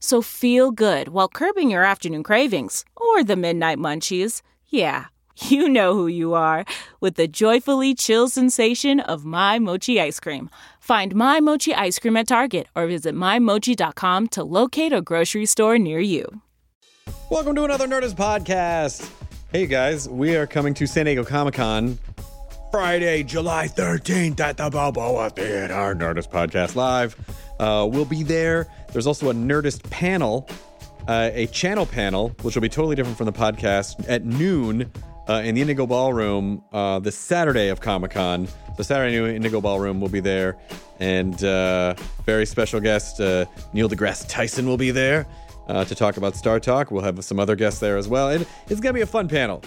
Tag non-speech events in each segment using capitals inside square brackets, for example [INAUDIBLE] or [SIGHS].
So feel good while curbing your afternoon cravings or the midnight munchies. Yeah, [LAUGHS] you know who you are with the joyfully chill sensation of My Mochi ice cream. Find My Mochi ice cream at Target or visit MyMochi.com to locate a grocery store near you. Welcome to another Nerdist podcast. Hey guys, we are coming to San Diego Comic Con Friday, July 13th at the Balboa Theater. Nerdist Podcast Live. Uh, we'll be there. There's also a Nerdist panel, uh, a channel panel, which will be totally different from the podcast at noon uh, in the Indigo Ballroom uh, the Saturday of Comic Con. So, Saturday noon, Indigo Ballroom will be there. And uh, very special guest, uh, Neil deGrasse Tyson, will be there uh, to talk about Star Talk. We'll have some other guests there as well. And it's going to be a fun panel.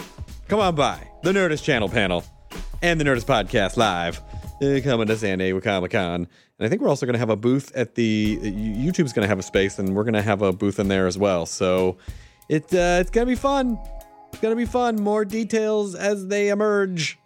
Come on by the Nerdist Channel panel and the Nerdist Podcast Live uh, coming to San Diego Comic Con. And I think we're also going to have a booth at the you- YouTube's going to have a space, and we're going to have a booth in there as well. So it uh, it's going to be fun. It's going to be fun. More details as they emerge.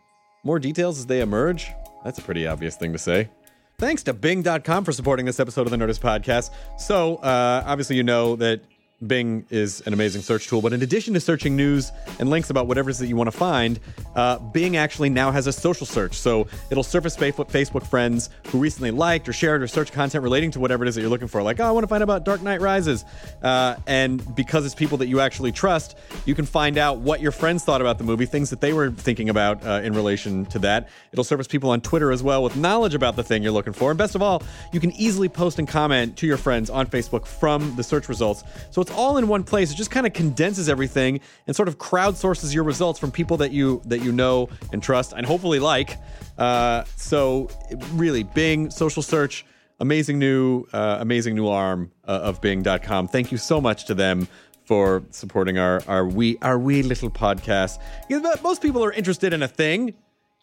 More details as they emerge. That's a pretty obvious thing to say. Thanks to Bing.com for supporting this episode of the Nerdist Podcast. So, uh, obviously, you know that Bing is an amazing search tool, but in addition to searching news and links about whatever it is that you want to find, uh, Bing actually now has a social search. So, it'll surface Facebook, Facebook friends who recently liked or shared or searched content relating to whatever it is that you're looking for. Like, oh, I want to find out about Dark Knight Rises. Uh, and because it's people that you actually trust, you can find out what your friends thought about the movie, things that they were thinking about uh, in relation to that. It'll surface people on Twitter as well with knowledge about the thing you're looking for. And best of all, you can easily post and comment to your friends on Facebook from the search results. So it's all in one place. It just kind of condenses everything and sort of crowdsources your results from people that you that you know and trust and hopefully like. Uh, so really, Bing, social search, amazing new uh, amazing new arm uh, of bing.com thank you so much to them for supporting our our wee our wee little podcast Because mo- most people are interested in a thing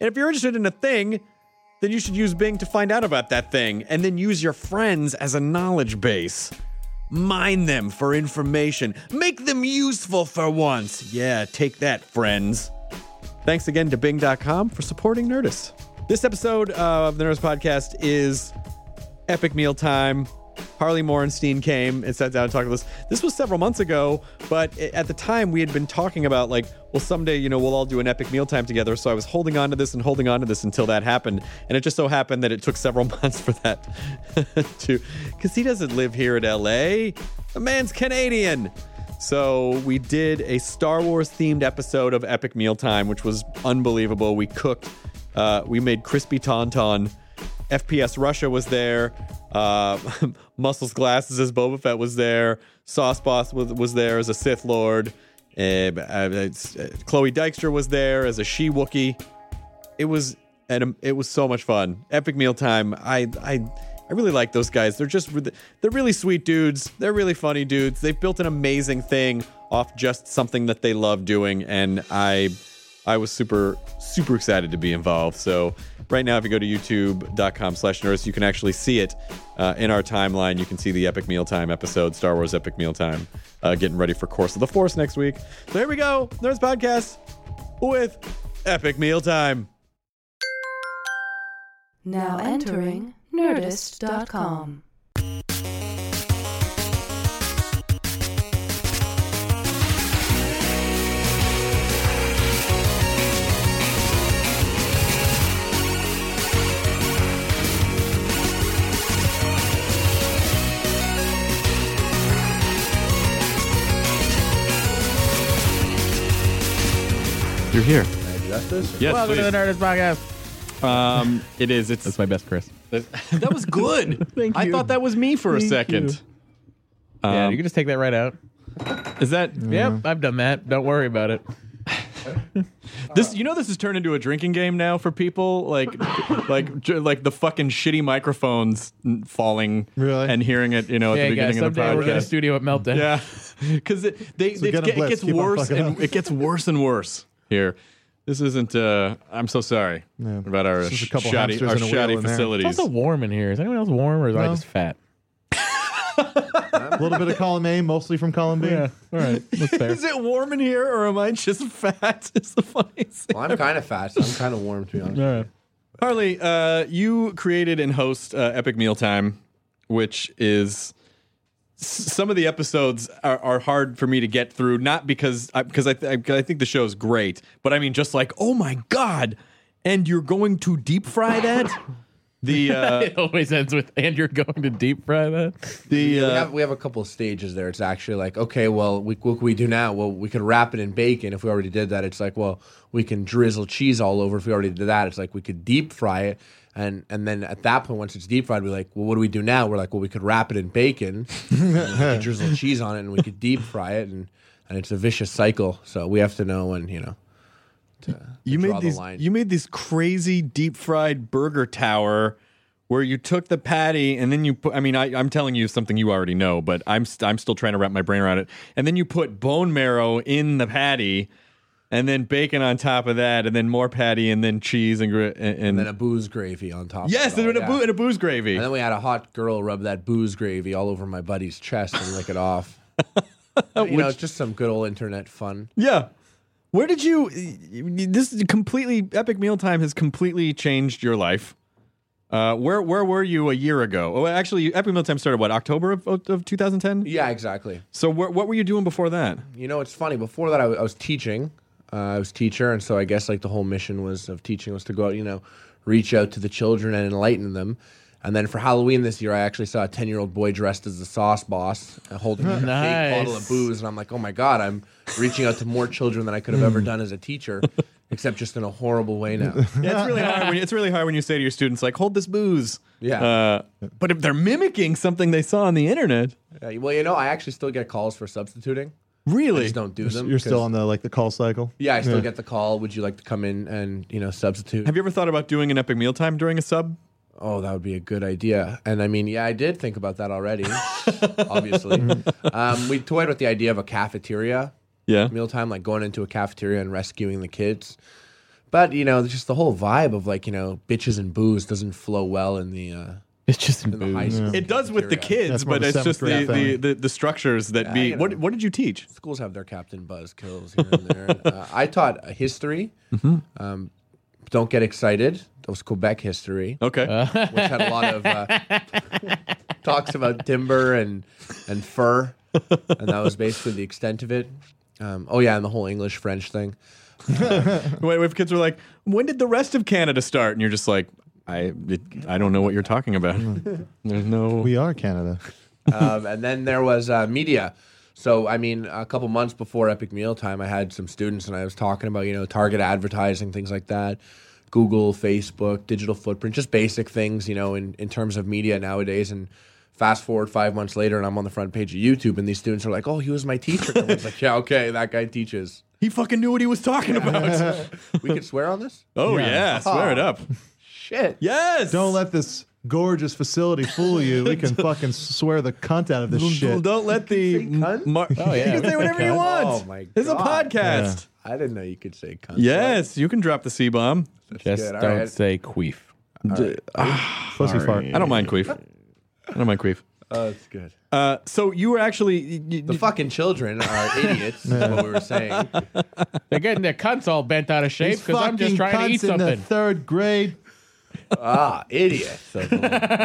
and if you're interested in a thing then you should use bing to find out about that thing and then use your friends as a knowledge base mine them for information make them useful for once yeah take that friends Thanks again to Bing.com for supporting Nerdist. This episode uh, of the Nerdist Podcast is epic meal time. Harley Morenstein came and sat down and talked to us. This was several months ago, but i- at the time we had been talking about like, well, someday you know we'll all do an epic meal time together. So I was holding on to this and holding on to this until that happened, and it just so happened that it took several [LAUGHS] months for that to, because he doesn't live here in L.A. The man's Canadian. So we did a Star Wars themed episode of Epic Meal Time, which was unbelievable. We cooked, uh, we made crispy tauntaun. FPS Russia was there. Uh, [LAUGHS] Muscles Glasses as Boba Fett was there. Sauce Boss was, was there as a Sith Lord. Uh, uh, it's- uh, Chloe Dykstra was there as a She Wookie it was and it was so much fun. Epic meal time. I I I really like those guys. They're just re- they're really sweet dudes. They're really funny dudes. They've built an amazing thing off just something that they love doing and I I was super super excited to be involved. So right now if you go to youtube.com slash nerdist, you can actually see it uh, in our timeline. You can see the Epic Mealtime episode, Star Wars Epic Mealtime, uh, getting ready for Course of the Force next week. So here we go, Nerdist Podcast with Epic Mealtime. Now entering Nerdist.com. you're here. Justice? Yes, Welcome to please. the Nerdist Podcast. Um, it is. It's That's my best, Chris. [LAUGHS] that was good. [LAUGHS] Thank I you. thought that was me for a Thank second. Uh, yeah, you can just take that right out. Mm-hmm. Is that Yep, I've done that. Don't worry about it. this? You know, this has turned into a drinking game now for people. Like, [LAUGHS] like, j- like the fucking shitty microphones n- falling Really? and hearing it. You know, at Hey the guys, beginning of the someday podcast. we're gonna studio at Meltdown. [LAUGHS] Yeah, because it, they, So it's get 'em get- it blitzed. gets Keep on worse fucking and up. it gets worse and worse here. This isn't. Uh, I'm so sorry Yeah. about our It's just a sh- couple shoddy, hamsters our and a wheel shoddy in there. facilities. It's also warm in here. Is anyone else warm or is I No. just [LAUGHS] fat? A little bit of column A, mostly from column B. All right. That's fair. Is it warm in here, or am I just [LAUGHS] fat? It's the funniest thing. Well, I'm kind of fat, so I'm kind of warm, to be honest. All right. Harley, uh, you created and host uh, Epic Mealtime, which is s- some of the episodes are, are hard for me to get through. Not because I because I, th- I, 'cause I think the show's great, but I mean just like oh my god, and you're going to deep fry that. The uh, It [LAUGHS] always ends with, and you're going to deep fry that. the We uh, have, we have a couple of stages there. It's actually like, okay, well, we, what can we do now? Well, we could wrap it in bacon if we already did that. It's like, well, we can drizzle cheese all over if we already did that. It's like we could deep fry it. And, and then at that point, once it's deep fried, we're like, well, what do we do now? We're like, well, we could wrap it [LAUGHS] in bacon, and we could drizzle cheese on it, and we could deep fry it, and, and it's a vicious cycle. So we have to know when you know. you draw made the these line. you made these crazy deep fried burger tower where you took the patty and then you put I mean I, I'm telling you something you already know but I'm st- I'm still trying to wrap my brain around it and then you put bone marrow in the patty and then bacon on top of that and then more patty and then cheese and gr- and, and, And a booze gravy on top. yes of it and all, a, yeah. boo- and a booze gravy And then we had a hot girl rub that booze gravy all over my buddy's chest and lick it off. you know, just some good old internet fun. yeah where did you this is completely epic mealtime has completely changed your life uh, where where were you a year ago? Oh, actually, Epic Mealtime started what October of of 2010. Yeah, exactly. So wh- what were you doing before that? You know, it's funny. Before that, I wa- I was teaching. Uh, I was teacher, and so I guess like the whole mission was of teaching was to go out, you know, reach out to the children and enlighten them. And then for Halloween this year, I actually saw a ten-year-old boy dressed as the sauce boss uh, holding like, a Nice. fake bottle of booze, and I'm like, oh my god, I'm reaching out to more children than I could have ever done as a teacher, except just in a horrible way now. Yeah, [LAUGHS] it's really hard. When, it's really hard when you say to your students like, "Hold this booze." Yeah. Uh, but if they're mimicking something they saw on the internet, Yeah, Uh, well, you know, I actually still get calls for substituting. I really, just don't do them. You're still 'cause- on the like the call cycle. Yeah, I still get the call. Would you like to come in and you know substitute? have you ever thought about doing an epic mealtime during a sub? oh, that would be a good idea. And I mean, yeah, I did think about that [LAUGHS] already. obviously, Mm-hmm. um, we toyed with the idea of a cafeteria Yeah. mealtime, like going into a cafeteria and rescuing the kids. But you know, just the whole vibe of like you know bitches and booze doesn't flow well in the uh, It's just in the high booze. school. It does with the cafeteria. kids, That's more but of a it's just the, seventh grade the, thing. the, the structures that I be. know. What what did you teach? schools have their Captain Buzz kills here and there. uh, I taught uh, history. Um, don't get excited. That was Quebec history, Okay. which had a lot of uh, talks about timber and and fur, and that was basically the extent of it. Um, oh yeah, and the whole English French thing. Wait, if kids were like, "When did the rest of Canada start?" and you're just like, "I it, I don't know what you're talking about." [LAUGHS] There's no. We are Canada. um, and then there was uh, media. So I mean, a couple months before Epic Meal Time, I had some students, and I was talking about you know target advertising, things like that, Google, Facebook, digital footprint, just basic things you know in in terms of media nowadays. And fast forward five months later, and I'm on the front page of YouTube, and these students are like, "Oh, he was my teacher." And I was like, "Yeah, okay, that guy teaches." He fucking knew what he was talking [LAUGHS] about. We could swear on this? oh yeah, swear it [LAUGHS] up. Shit. Yes. Don't let this gorgeous facility fool you. We can fucking swear the cunt out of this Don't- shit. Don't let the. cunt? mar- Oh, [LAUGHS] yeah, you we can say can whatever cunt. [LAUGHS] you want. Oh, my This is a God. podcast. I didn't know you could say cunt. Yes, you can drop the C bomb. Just good. All don't right. say queef. Pussy fart. I don't mind queef. I don't mind queef. Oh, that's good. Uh, so you were actually y- The y- fucking children are idiots, is what we were saying. They're getting their cunts all bent out of shape These because I'm just fucking trying to eat cunts in the something. third grade. Ah, idiot. Mm. Those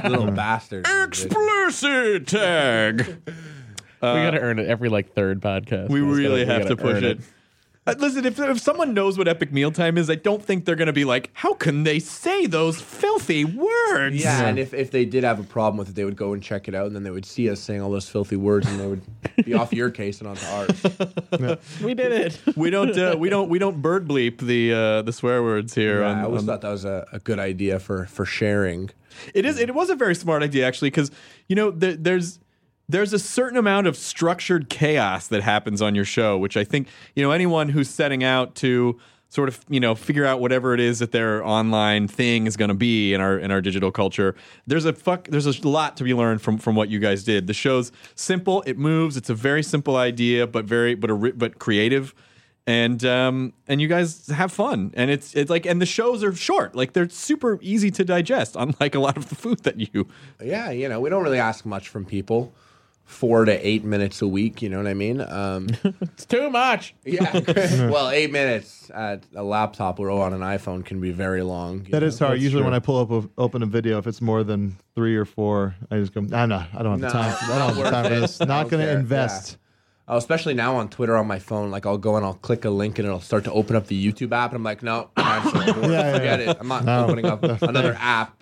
little, [LAUGHS] little bastard. explicit tag. we gotta earn it every like third podcast. Uh, We It's gotta- really have gotta to push earn it. Uh, Listen, if, if someone knows what epic mealtime is, I don't think they're going to be like, how can they say those filthy words? Yeah, and if, if they did have a problem with it, they would go and check it out, and then they would see us saying all those filthy words, and they would be off your case and onto [LAUGHS] ours. we did it. [LAUGHS] We don't uh, we don't we don't bird bleep the uh, the swear words here. Yeah, on- I on always thought that was a, a good idea for for sharing. It is. It was a very smart idea actually, because you know there, there's there's a certain amount of structured chaos that happens on your show, which I think you know anyone who's setting out to sort of you know figure out whatever it is that their online thing is going to be in our in our digital culture. There's a fuck. There's a lot to be learned from from what you guys did. The show's simple. It moves. It's a very simple idea, but very but a ri- but creative and um and you guys have fun and it's it's like and the shows are short like they're super easy to digest [LAUGHS] unlike a lot of the food that you Yeah, you know, we don't really ask much from people. Four to eight minutes a week, you know what I mean? [LAUGHS] Um, It's too much. [LAUGHS] yeah. well, eight minutes at a laptop or on an iPhone can be very long. That is hard. Usually, when I pull up a, open a video, if it's more than three or four, I just go, I'm not. I don't have the No, time. For, I not don't have the worth time for it. this. I Not don't going to care. invest. Oh, especially now on Twitter on my phone, like I'll go and I'll click a link and it'll start to open up the YouTube app, and I'm like, no, cancel it. [LAUGHS] yeah, forget yeah. it. I'm not No. [LAUGHS] opening up another app.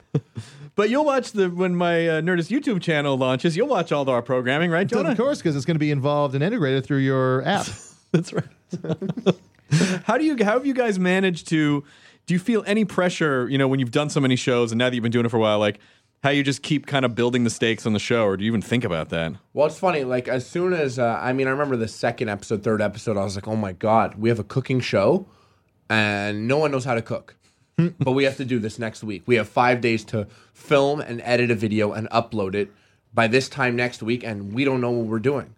but you'll watch the when my uh, nerdist youtube channel launches you'll watch all our programming right jonah Of course, because it's going to be involved and integrated through your app. [LAUGHS] that's right [LAUGHS] how do you how have you guys managed to do you feel any pressure you know when you've done so many shows and now that you've been doing it for a while like how you just keep kind of building the stakes on the show or do you even think about that Well, it's funny. Like as soon as uh, I mean, I remember the second episode, third episode, I was like, "Oh my god, we have a cooking show, and no one knows how [LAUGHS] to cook." but we have to do this next week. We have five days to film and edit a video and upload it by this time next week, and we don't know what we're doing.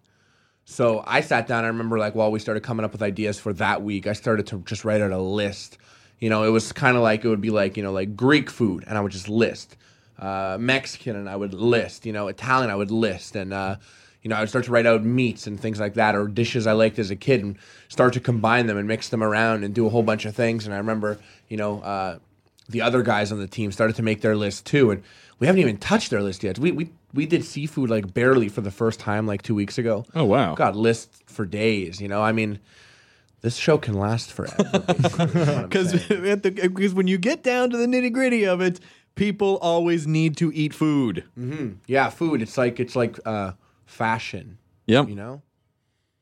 So I sat down. I remember, like, while we started coming up with ideas for that week, I started to just write out a list. You know, it was kind of like it would be like you know, like Greek food, and I would just list. Uh, Mexican, and I would list. You know, Italian, I would list, and uh, you know, I would start to write out meats and things like that, or dishes I liked as a kid, and start to combine them and mix them around and do a whole bunch of things. And I remember, you know, uh, the other guys on the team started to make their list too, and we haven't even touched their list yet. We we we did seafood like barely for the first time like two weeks ago. Oh, wow. Got lists for days. You know, I mean, this show can [LAUGHS] last forever. because [LAUGHS] Because because when you get down to the nitty gritty of it, people always need to eat food. yeah, food. It's like it's like uh, fashion. Yep, You know,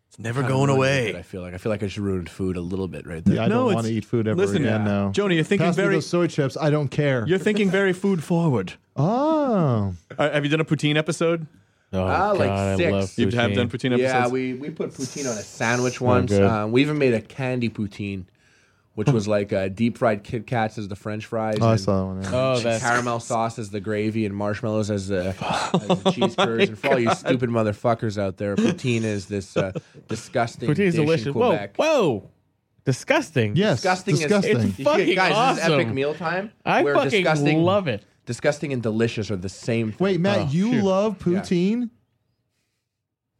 it's never Kinda ruined it, I feel like I feel like I just ruined food a little bit right there. Yeah, I No, don't it's- want to eat food ever listen, again yeah. now. Joni, you're thinking Pass me very- those soy chips. I don't care. You're thinking very food forward. oh, [LAUGHS] Uh, have you done a poutine episode? Oh, Ah, like six. You have done poutine episodes. Yeah, we, we put poutine on a sandwich once. good. Um, we even made a candy poutine, which Hmm. was like uh, deep fried Kit Kats as the French fries. oh I and saw that one. yeah. Oh, that's Caramel sauce as the gravy and marshmallows as the, as [LAUGHS] Oh the cheese curds. and for all you stupid motherfuckers out there, poutine is this uh, disgusting poutine is dish delicious. in Whoa, Quebec. whoa, disgusting. yes, Disgusting, disgusting. is- It's You- fucking guys, this is awesome. epic mealtime. I where fucking disgusting, love it. Disgusting and delicious are the same. Thing. Wait, Matt, Oh, you shoot. love poutine?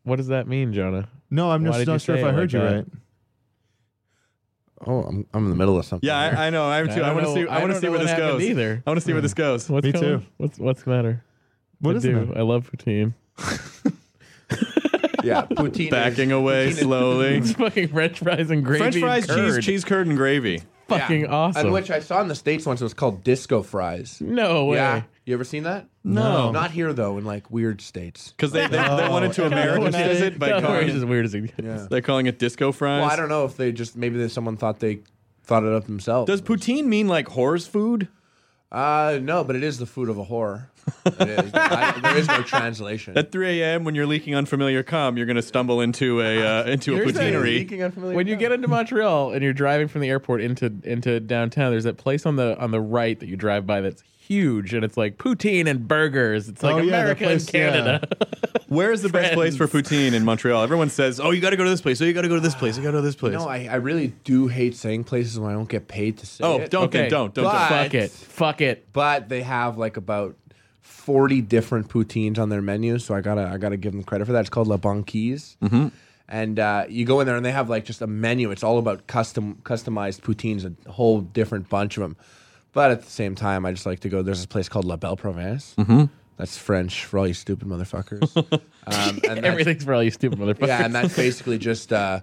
What does that mean, Jonah? No, I'm Why just did you not sure say if it I like heard you that? right. Oh, I'm, I'm in the middle of something. Yeah, here. I, I know. I am I too. I, don't want to know- see. I I want to don't see know where what this happened goes. either. Hmm. I want to see where this goes. What's Me going- too. What's what's the matter? What I is do. that? I love poutine. yeah, poutine. Backing is, away [LAUGHS] slowly. [LAUGHS] It's fucking French fries and gravy. French and fries, cheese, curd. cheese curd, and gravy. yeah. [LAUGHS] Fucking awesome. And which I saw in the states once. It was called disco fries. no way. Yeah, you ever seen that? No. not here though. In like weird states. Because they, they, they wanted to No, Americanize no, it by no, calling it's as it, weird as it Yeah. they're calling it disco fries. Well, I don't know if they just maybe that someone thought they thought it up themselves. Does poutine mean like horse food? uh no, but it is the food of a whore. It [LAUGHS] is. I- there is no translation. At 3 a.m., when you're leaking unfamiliar cum, you're going to stumble into a uh, into a You're saying poutinery. When you get into Montreal and you're driving from the airport into into downtown, there's that place on the on the right that you drive by that's huge, and it's like poutine and burgers. It's like Oh, yeah, that America place, and Canada. Where is the best place for poutine in Montreal? Everyone says, [LAUGHS] "Oh, you got to go to this place. Oh, you got to go to this place. You got to go to this place." [LAUGHS] no, I, I really do hate saying places when I don't get paid to say oh, it. don't then don't don't. But- don't. Fuck it. Fuck it. But they have like about forty different poutines on their menu, so I gotta I gotta give them credit for that. It's called La Banquise. Mm-hmm. And uh, you go in there and they have like just a menu. It's all about custom customized poutines, a whole different bunch of them. But at the same time, I just like to go. There's this place called La Belle Province. Mm-hmm. That's French for all you [LAUGHS] stupid motherfuckers. um, and that's- Everything's for all you stupid motherfuckers. yeah, and that's basically just uh,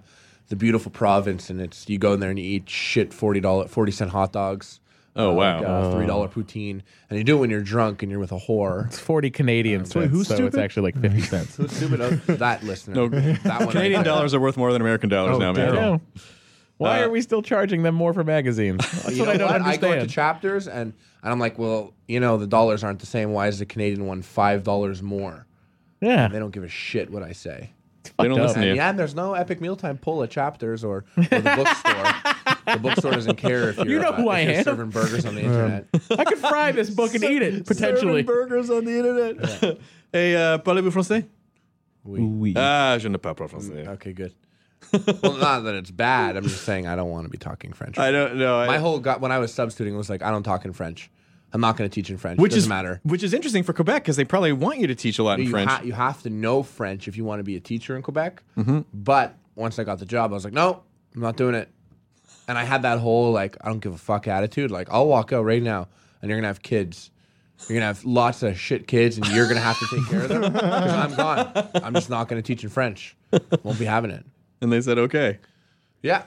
the beautiful province, and it's you go in there and you eat shit forty dollar forty cent hot dogs. Oh, wow. like, uh, three dollar poutine, and you do it when you're drunk and you're with a [LAUGHS] whore. It's 40 Canadian cents, who's so it's stupid? actually like 50 cents. Who's stupid? Oh, that listener. No. [LAUGHS] that one Canadian right there. dollars are worth more than American dollars now, I man. know. Why Uh, are we still charging them more for magazines? That's You what [LAUGHS] I don't know what? I go understand. into chapters and, and I'm like, well, you know, the dollars aren't the same. Why is the Canadian one five dollars more? yeah, They don't give a shit what I say. They don't listen fucked up. to you. And yeah, and there's no epic mealtime pull at chapters or, or the [LAUGHS] bookstore. the bookstore doesn't care if you're, know uh, who if I you're am. serving burgers on the internet. [LAUGHS] I could fry this book and eat it [LAUGHS] potentially. burgers on the internet. [LAUGHS] Hey, uh, parlez-vous français? Oui. Ah, je ne parle pas français. Mm, Okay, good. well, not that it's bad. I'm just saying I don't want to be talking French. I don't know. My I, whole got when I was substituting, it was like I don't talk in French. I'm not going to teach in French. which doesn't is matter. Which is interesting for Quebec because they probably want you to teach a lot in you, French. ha- you have to know French if you want to be a teacher in Quebec. Mm-hmm. But once I got the job, I was like, no, I'm not doing it. And I had that whole like, I don't give a fuck attitude. Like, I'll walk out right now, and you're gonna have kids. You're gonna have lots of shit kids, and you're gonna have to take care of them. 'Cause I'm gone. I'm just not gonna teach in French. Won't be having it. and they said, okay. Yeah,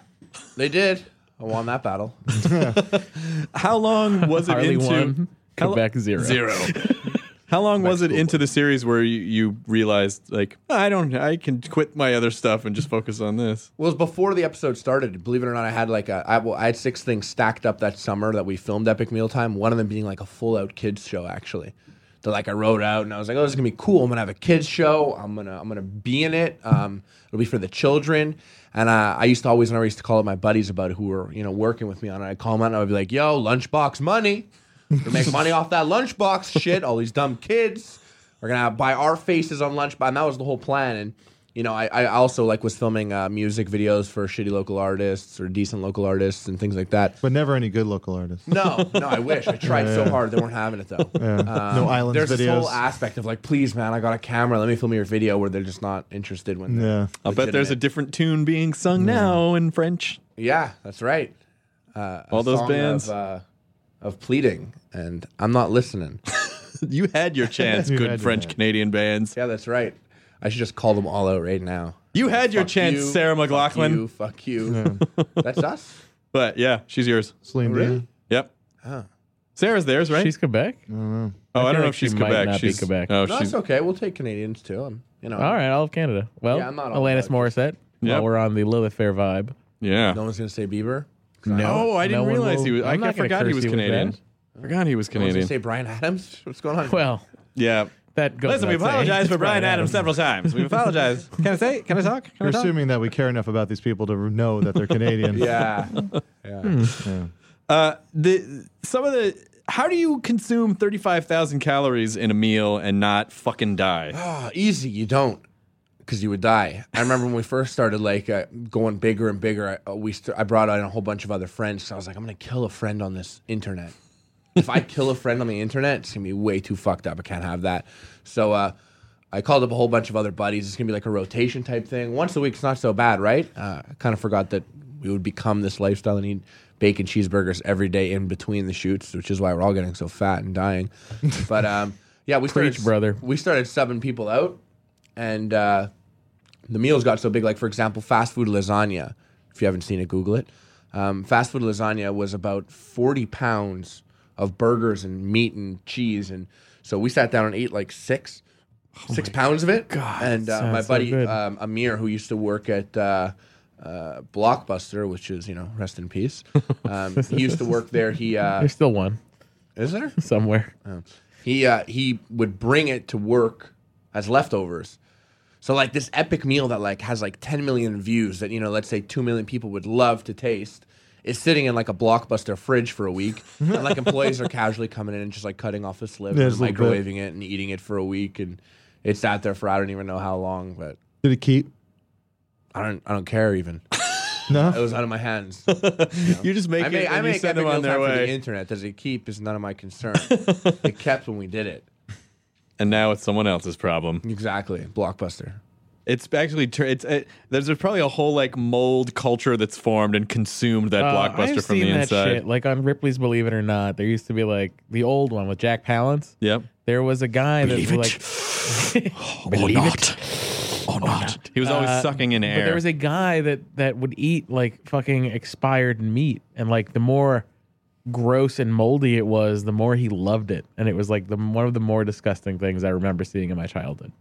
they did. I won that battle. How long was it Harley into one, How lo- Quebec zero. Zero. [LAUGHS] How long was it into the series where you, you realized like "Ah, I don't I can quit my other stuff and just focus on this? Well, it was before the episode started. Believe it or not, I had like a I, well, I had six things stacked up that summer that we filmed Epic Mealtime. One of them being like a full out kids show. Actually, that like I wrote out and I was like, oh, this is gonna be cool. I'm gonna have a kids show. I'm gonna I'm gonna be in it. Um, it'll be for the children. And uh, I used to always and I used to call up my buddies about it who were you know working with me on it. I'd call them out and I'd be like, yo, lunchbox money. We make money off that lunchbox shit. All these dumb kids are gonna buy our faces on lunchbox. And that was the whole plan. And you know, I, I also like was filming uh, music videos for shitty local artists or decent local artists and things like that. But never any good local artists. No, no, I wish. I tried so hard. They weren't having it though. Um, Um, no islands There's this whole videos. aspect of like, please, man, I got a camera. Let me film your video where they're just not interested when. they're yeah. I'll bet there's a legitimate. Mm. different tune being sung now in French. Yeah, that's right. Uh, a All those song bands. of, uh, of pleading, and I'm not listening. [LAUGHS] You had your [LAUGHS] chance, You good had your French chance. Canadian bands. yeah, that's right. I should just call them all out right now. You had your Fuck chance, you, Sarah McLaughlin. Fuck you. Fuck you. [LAUGHS] That's us. But yeah, she's yours. Celine Dion. Yep. Sarah's theirs, right? She's Quebec. oh, I, I don't know feel like if she's she might Quebec. not be she's Quebec. Oh, No, she's it's okay. We'll take Canadians too. I'm, you know, All right, all of Canada. Well, Yeah, I'm not all Alanis about it. Morissette. Yep. While we're on the Lilith Fair vibe. yeah. No one's gonna say Bieber. No, Oh, I didn't no one realize will- he was. I'm I, not I gonna forgot he curse was you with Canadian. that. Forgot he was No one's gonna Canadian. say Brian Adams. What's going on? Well, yeah. that goes. Listen, we without saying. apologize for It's Brian Adams several times. We apologize. Can I say? Can I talk? Can You're I talk? assuming that we care enough about these people to know that [LAUGHS] they're [LAUGHS] Canadian. yeah, yeah. Uh, the some of the how do you consume thirty five thousand calories in a meal and not fucking [SIGHS] die? Ah, easy. You don't, because you would die. I remember when we first started, like uh, going bigger and bigger. I, uh, we st- I brought on a whole bunch of other friends. So I was like, I'm gonna kill a friend on this internet. if I kill a friend on the internet, it's gonna be way too fucked up. I can't have that. So uh, I called up a whole bunch of other buddies. It's gonna be like a rotation type thing. Once a week's not so bad, right? Uh, I kind of forgot that we would become this lifestyle and eat bacon cheeseburgers every day in between the shoots, which is why we're all getting so fat and dying. But um, yeah, we started, Preach, brother. We started subbing people out, and uh, the meals got so big. Like for example, fast food lasagna. If you haven't seen it, Google it. Um, fast food lasagna was about forty pounds of burgers and meat and cheese, and so we sat down and ate like six, six pounds of it. God, and uh, my Oh sounds so buddy good. um, Amir, who used to work at uh, uh, Blockbuster, which is you know rest in peace, um, he used to work there. He uh, [LAUGHS] There's still one is there? somewhere. He uh, he would bring it to work as leftovers. So like this epic meal that like has like 10 million views that you know let's say 2 million people would love to taste is sitting in like a blockbuster fridge for a week and like employees are casually coming in and just like cutting off a sliver and There's a little bit. microwaving it and eating it for a week and it's out there for I don't even know how long but Did it keep? I don't I don't care even it Oh, No. was out of [LAUGHS] my hands You just make I it make, and I you make send epic them on mealtime their for the way. internet does it keep is none of my concern [LAUGHS] it kept when we did it and now it's someone else's problem. exactly blockbuster It's actually tr- it's uh, there's probably a whole like mold culture that's formed and consumed that Uh, blockbuster I've from seen the that inside. shit. Like on Ripley's Believe It or Not, there used to be like the old one with Jack Palance. Yep. There was a guy that was like, or believe not, or not. He was always Uh, sucking in air. But there was a guy that that would eat like fucking expired meat, and like the more gross and moldy it was, the more he loved it, and it was like the one of the more disgusting things I remember seeing in my childhood.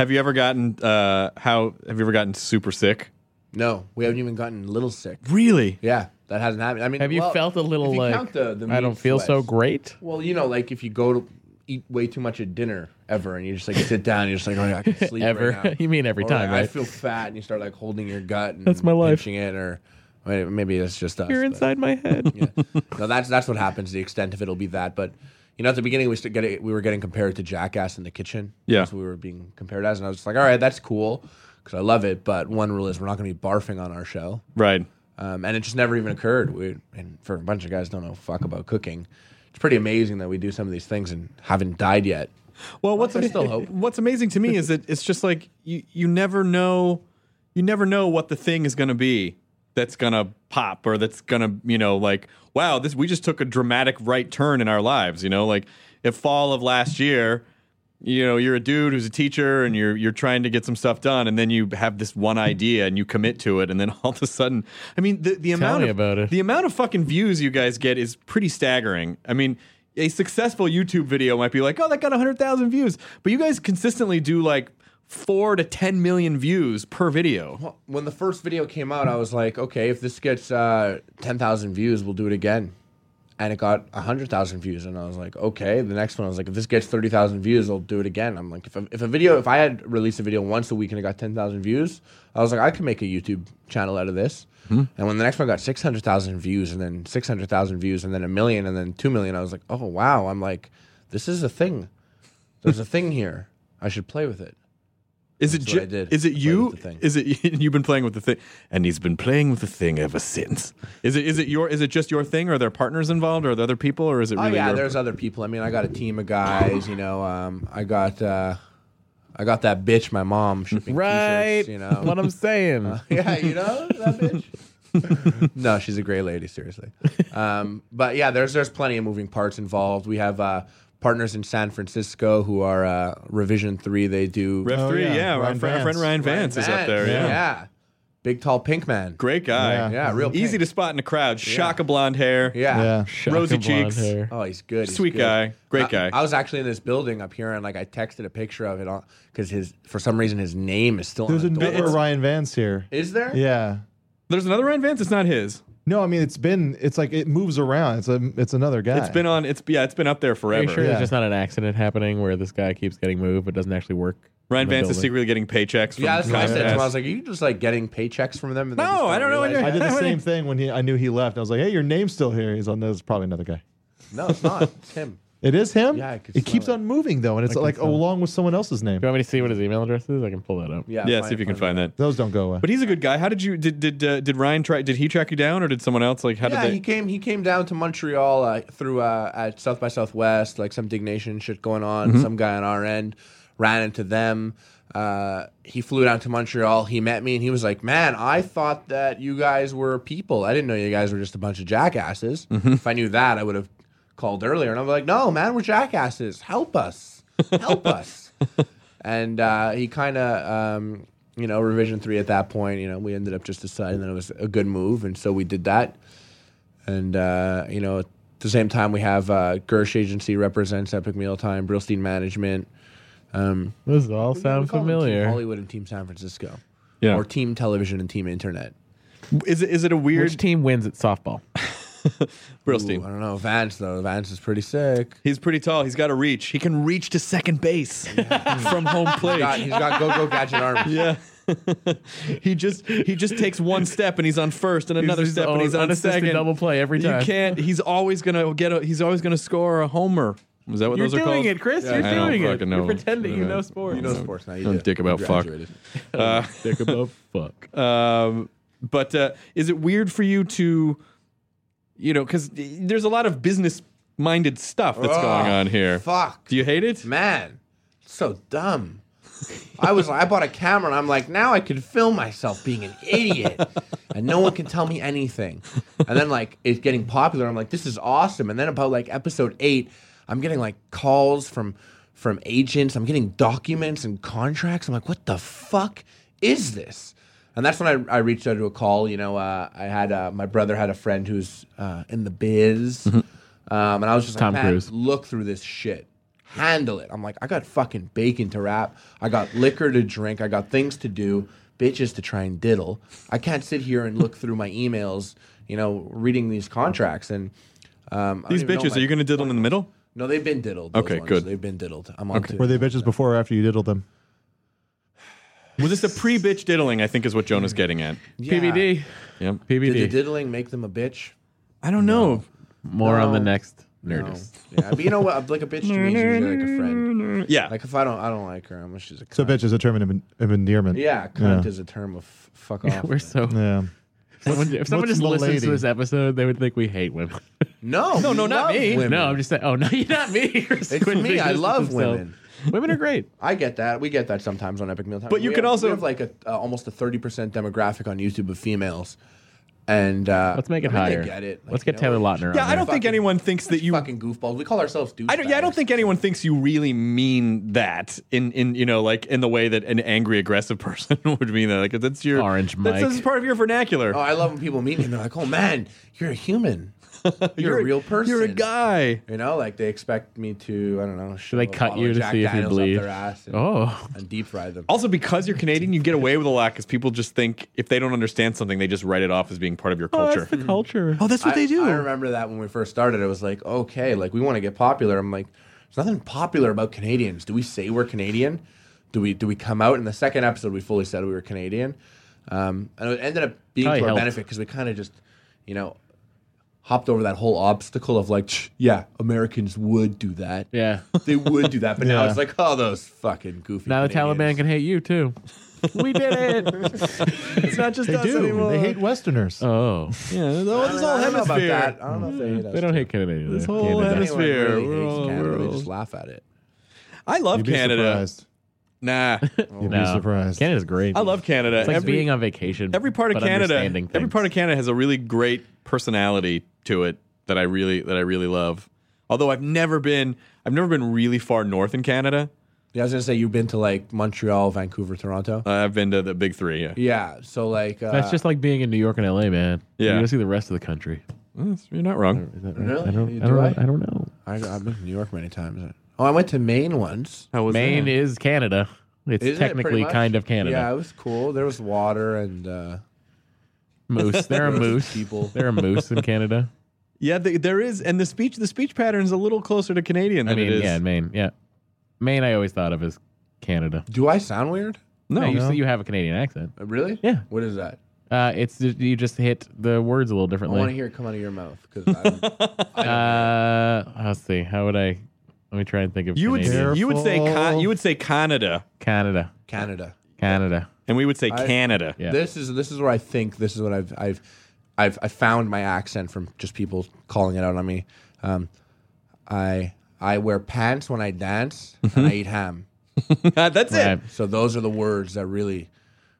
have you ever gotten uh how have you ever gotten super sick? No, we haven't even gotten a little sick. Really? Yeah, that hasn't happened. I mean, Have you well, felt a little if you like count the- the I meat don't feel so sweats. great? Well, you know, like if you go to eat way too much at dinner ever, and you just like sit down, you're just like, oh, yeah, [LAUGHS] I can sleep right Ever. now." You mean every Or, time, like, I right? feel fat, and you start like holding your gut. And That's my life. Pinching it, or wait, maybe that's just us. You're but- inside my [LAUGHS] head. yeah. No, that's that's what happens. The extent of it'll be that, but. You know, at the beginning we st- get it, we were getting compared to Jackass in the kitchen. Yeah. That's what we were being compared as, and I was just like, "All right, that's cool, because I love it." But one rule is we're not going to be barfing on our show. Right. Um, and it just never even occurred. We, and for a bunch of guys, don't know fuck about cooking. It's pretty amazing that we do some of these things and haven't died yet. Well, what's There's still [LAUGHS] hope. what's amazing to me is that it's just like you you never know you never know what the thing is going to be that's going to pop or that's going to, you know, like wow, this we just took a dramatic right turn in our lives, you know, like if fall of last year you know, you're a dude who's a teacher and you're you're trying to get some stuff done and then you have this one idea and you commit to it and then [LAUGHS] all of a sudden I mean the, the amount me of about it. the amount of fucking views you guys get is pretty staggering. I mean, a successful YouTube video might be like, oh, that got 100,000 views. But you guys consistently do like four to 10 million views per video. Well, When the first video came out, I was like, okay, if this gets uh, 10,000 views, we'll do it again. And it got 100,000 views. And I was like, okay. The next one, I was like, if this gets 30,000 views, I'll do it again. I'm like, if a, if a video, if I had released a video once a week and it got 10,000 views, I was like, I could make a YouTube channel out of this. And when the next one got 600,000 views and then 600,000 views and then a million and then 2 million, I was like, oh, wow. I'm like, this is a thing. There's a thing here. I should play with it. Is it That's what ju- I did. is it Play you? with the thing. Is it [LAUGHS] you've been playing with the thing and he's been playing with the thing ever since. Is it is it your is it just your thing or are there partners involved or are there other people or is it Oh really yeah, your- there's other people. I mean, I got a team of guys. You know, um, I got uh, I got that bitch. My mom shipping Right. T-shirts, you know, Uh, What I'm saying. [LAUGHS] yeah, you know that bitch. [LAUGHS] no, she's a great lady, seriously. Um, but yeah, there's there's plenty of moving parts involved. We have uh, partners in San Francisco who are uh, Revision Three. They do Rev Oh, 3, yeah. yeah, our, Ryan fri- our friend Vance. Ryan Vance is up there, yeah. yeah, big tall pink man. Great guy. Yeah. Yeah, real Easy to pink. spot in a crowd. Shock of blonde hair. yeah. Yeah. Shock Rosy of blonde cheeks. hair. Oh, he's good. he's Sweet good. guy. Great guy. I- I was actually in this building up here, and like I texted a picture of it on because his for some reason his name is still. There's on the door. another Ryan Vance here. Is there? Yeah. There's another Ryan Vance. It's not his. No, I mean it's been it's like it moves around. It's a it's another guy. It's been on. It's yeah. It's been up there Are forever. you sure Yeah. there's just not an accident happening where this guy keeps getting moved but doesn't actually work? Ryan in the Vance is building? secretly getting paychecks. From Yeah, that's what I said to Comcast. him. I was like, "Are you just like getting paychecks from them?" and they No, just I don't know what realize I it?" did [LAUGHS] the same thing when he I knew he left. I was like, hey, your name's still here. He's on. There's probably another guy. No, it's not. It's him. It is him. Yeah, I could it smell keeps it. on moving though, and it's like along with someone else's name. Do you want me to see what his email address is? I can pull that up. Yeah. [LAUGHS] yeah, fine, see if you can find that. Those don't go away. But he's a good guy. How did you did did uh, did Ryan try? Did he track you down, or did someone else? Like, how Yeah, he did they? came. He came down to Montreal uh, through uh, at South by Southwest, like some dignation shit going on. Some guy on our end ran into them. Uh, he flew down to Montreal. He met me, and he was like, "Man, I thought that you guys were people. I didn't know you guys were just a bunch of jackasses. If I knew that, I would have called earlier." And I'm like, "No, man, we're jackasses. Help us, help us." and uh, he kind of um, you know revision three at that point you know we ended up just deciding that it was a good move and so we did that and uh, you know at the same time we have uh, gersh agency represents epic mealtime brillstein management um, This all we sound call them Team familiar. hollywood and team san francisco Yeah. or team television and team internet Is it is it a weird Which team wins at softball? [LAUGHS] Ooh, i Brillstein? don't know vance though vance is pretty sick He's pretty tall. He's got a reach. He can reach to second base [LAUGHS] from home plate. God, he's got go-go gadget [LAUGHS] arms yeah. he just he just takes one step and he's on first and another just step and own- he's on unassisted second. double play every time. You can't. He's always gonna get. A, he's always gonna score a homer. Is that what You're those are called? doing it, Chris. Yeah, You're I don't doing it. fucking know. You're pretending you Yeah. know sports. you know sports now you I'm do. dick You about fuck. graduated. Dick about fuck. Uh, [LAUGHS] [LAUGHS] Um, but uh, is it weird for you to, you know, because there's a lot of business-minded stuff that's going Ah, on here. fuck Do you hate it? man, so dumb. I was I bought a camera and I'm like, now I could film myself being an idiot and no one can tell me anything. And then like it's getting popular. I'm like, this is awesome. And then about like episode eight, I'm getting like calls from from agents. I'm getting documents and contracts. I'm like, what the fuck is this? And that's when I, I reached out to a call. You know, uh, I had uh, my brother had a friend who's uh, in the biz, um, and I was just Mm-hmm. Tom like, "Man, Cruise. look through this shit. Handle it. I'm like, I got fucking bacon to wrap. I got liquor to drink. I got things to do, bitches to try and diddle. I can't sit here and look through my emails, you know, reading these contracts. And um, I don't These even know bitches, my- are you going to diddle in the middle? No, they've been diddled. those Okay, ones. good. They've been diddled. I'm on to Were they bitches before or after you diddled them? Was this the pre bitch diddling? I think is what Jonah's getting at. Yeah. PBD. Yep. PBD. Did the diddling make them a bitch? I don't know. More on the No. next Nerdist. Yeah, but you know what? Like a bitch to me is usually like a friend. Yeah. Like if I don't, I don't like her. I'm she's a cunt. So bitch is a term of, en- of endearment. Yeah, cunt Yeah. is a term of f- [LAUGHS] fuck [LAUGHS] off. We're so. Yeah. Someone, if someone what's just the listens lady? to this episode, they would think we hate women. no, No, we no, not love me. Women. No, I'm just saying. Oh no, you're not me. [LAUGHS] It's me. I love women. Women are great. I get that. We get that sometimes on Epic Mealtime. But you We can have- also- we have like a uh, almost a thirty percent demographic on YouTube of females, and uh, Let's make it I mean, they higher. Get it? Like, Let's you get know, Taylor like, Lautner. Yeah, on I there. don't think anyone thinks that you. Fucking goofballs. We call ourselves dudes. I don't. Yeah, I don't think anyone thinks you really mean that in in you know like in the way that an angry aggressive [LAUGHS] person would mean that. Like that's your Orange That's, Mike. that's part of your vernacular. Oh, I love when people meet me and they're like, "Oh man, you're [LAUGHS] a human. You're, a real person. You're a guy. You know, like they expect me to, I don't know, show they a cut bottle you of to Jack see if you Daniels up bleed? Their ass and, Oh, and deep fry them. Also, because you're Canadian, you get away with a lot because people just think if they don't understand something, they just write it off as being part of your culture. the culture. Oh, that's what I, they do. I remember that when we first started. It was like, okay, like we want to get popular. I'm like, there's nothing popular about Canadians. Do we say we're Canadian? Do we do we come out in the second episode? We fully said we were Canadian, um, and it ended up being Probably to our helped. benefit because we kind of just, you know, hopped over that whole obstacle of like, "Tch, yeah, Americans would do that. Yeah. they would do that. But now it's like, oh, those fucking goofy. Now the Taliban Canadians. [LAUGHS] can hate you too. we did it. it's not just They do. They hate Westerners. Yeah, Oh, this I whole don't know about hemisphere. that. I don't know if they hate us. they don't hate Canadians. This They're whole Canada. hemisphere- Anyone really We're hates all- Canada. we're They all- just laugh at it. I love You'd be Canada. surprised. Nah, Oh, You'd be No. surprised. Canada's great. I love Canada. It's like every, being on vacation. every part of but Canada, understanding every things. part of Canada has a really great personality to it that I really that I really love. Although I've never been, I've never been really far north in Canada. Yeah, I was gonna say you've been to like Montreal, Vancouver, Toronto. Uh, I've been to the big three. Yeah, yeah, so like uh, That's just like being in New York and LA, man. Yeah. you gotta see the rest of the country. Mm, you're not wrong. Is that right? Really? I don't. Do I don't, I? I don't know. I, I've been to New York many times. Oh, I went to Maine once. How was Maine that? is Canada. It's Isn't it pretty technically much? kind of Canada. Yeah, it was cool. There was water and uh, [LAUGHS] Moose. There are [LAUGHS] moose. people. There are moose in [LAUGHS] Canada. Yeah, the, there is, and the speech the speech pattern is a little closer to Canadian I than mean, it is. yeah, in Maine. Yeah, Maine. I always thought of as Canada. Do I sound weird? no, No, you, s- you have a Canadian accent. Uh, Really? Yeah. What is that? Uh, it's ju- you just hit the words a little I want to differently. hear it come out of your mouth because [LAUGHS] I Uh, let's see. How would I? Let me try and think of you would Canadian. Canadian. you would say con, Careful. you would say Canada, Canada, Canada. Canada. and we would say I- Canada. Yeah. This is this is where I think this is what I've I've I've I found my accent from just people calling it out on me. Um, I I wear pants when I dance and Mm-hmm. I eat ham. [LAUGHS] That's it. Right. So those are the words that really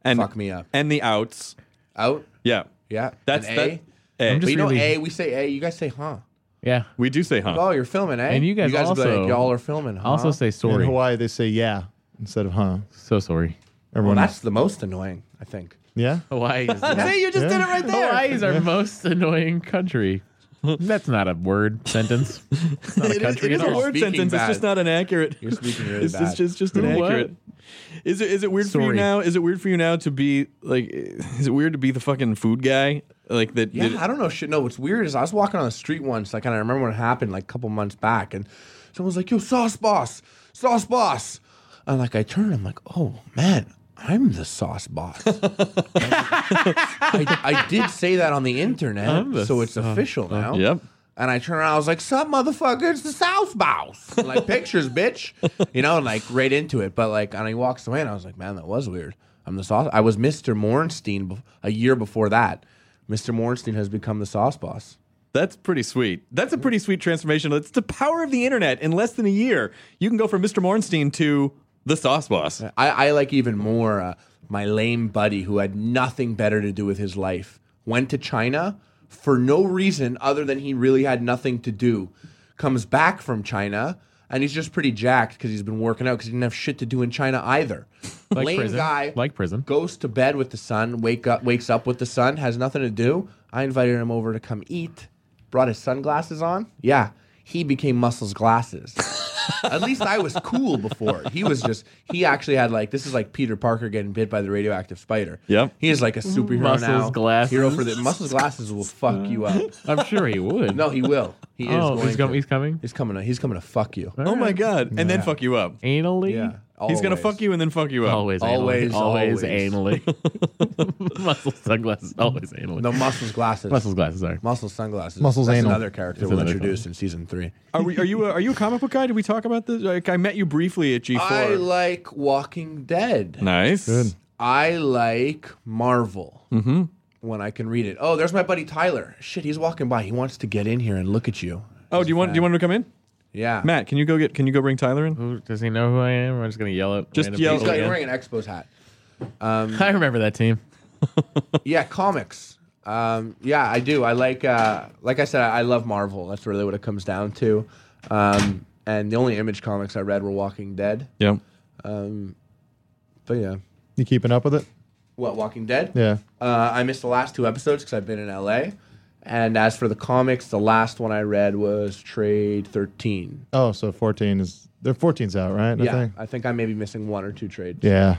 And fuck me up. and the outs. Out, Yeah, yeah. that's an that. A. eh. I'm But just you know really- A. We say A. You guys say huh. Yeah. we do say huh. Oh, you're filming A. And you guys will be also- like, y'all are filming. Huh? Also say In sorry. Hawaii, they say yeah instead of huh. So sorry. Everyone, Well, that's the most annoying. I think. yeah. Hawaii. Is See, you just Yeah. did it right there. Hawaii is our most annoying country. That's not a word sentence. It's not a It is- country it is at a all. word Speaking sentence. It's bad. just not an accurate. You're speaking really It's just, bad. just, just Who what? inaccurate. Is it is it weird for you Sorry. now? Is it weird for you now to be like? Is it weird to be the fucking food guy? Like that? Yeah, that- I don't know shit. No, what's weird is I was walking on the street once, like, and I remember when it happened, like, a couple months back, and someone was like, "Yo, sauce boss, sauce boss," and like, I turned, I'm like, "Oh man, I'm the sauce boss." I, I did say that on the internet, I'm the so it's official now. Yep. And I turned around, I was like, "Sup, motherfucker? It's the sauce boss." And, like pictures, bitch. You know, and like right into it. But like, and he walks away, and I was like, "Man, that was weird." I'm the sauce. I was Mr. Mornstein bef- a year before that. Mr. Mornstein has become the sauce boss. That's pretty sweet. That's a pretty sweet transformation. That's the power of the internet. In less than a year, you can go from Mr. Mornstein to the Sauce Boss. I, I like even more uh, my lame buddy who had nothing better to do with his life. Went to China for no reason other than he really had nothing to do. Comes back from China and he's just pretty jacked because he's been working out because he didn't have shit to do in China either. Like Lame prison. guy, Like prison. goes to bed with the sun, wake up, wakes up with the sun, has nothing to do. I invited him over to come eat, brought his sunglasses on. Yeah, he became Muscle's glasses. At least I was cool before. He was just, he actually had like, this is like Peter Parker getting bit by the radioactive spider. Yep. He is like a superhero Muscle's now. glasses. Hero for the, Muscle's glasses will fuck you up. I'm sure he would. [LAUGHS] No, he will. He is oh, going he's, com- to- he's coming. He's coming. To, he's coming to fuck you. Oh my god. And then fuck you up. Anally. Yeah. He's gonna always. fuck you and then fuck you up. Always, always, Always, always, always. anally. [LAUGHS] Muscle sunglasses, always anally. No muscles glasses. Muscle's glasses are. Muscle sunglasses. Muscles That's anal. another character It's we'll another introduce in season three. Are, we, are you a, are you a comic book guy? Did we talk about this? Like I met you briefly at G4. I like Walking Dead. nice. Good. I like Marvel. Mm-hmm. When I can read it. Oh, there's my buddy Tyler. Shit, he's walking by. He wants to get in here and look at you. Oh, do you want do you want him to come in? Yeah. Matt, can you go get can you go bring Tyler in? Who, does he know who I am? Or I'm just gonna yell at. Just random yell- He's people got, you're again? wearing an Expos hat. I remember that team. yeah, comics. Um, yeah, I do. I like, uh, like I said, I, I love Marvel. That's really what it comes down to. Um, and the only Image comics I read were Walking Dead. Yeah. But yeah, You keeping up with it? what Walking Dead? Yeah. Uh, I missed the last two episodes because I've been in LA. And as for the comics, the last one I read was Trade 13. Oh, so 14 is they're 14's out, right? I yeah, think. I think I may be missing one or two trades. Yeah.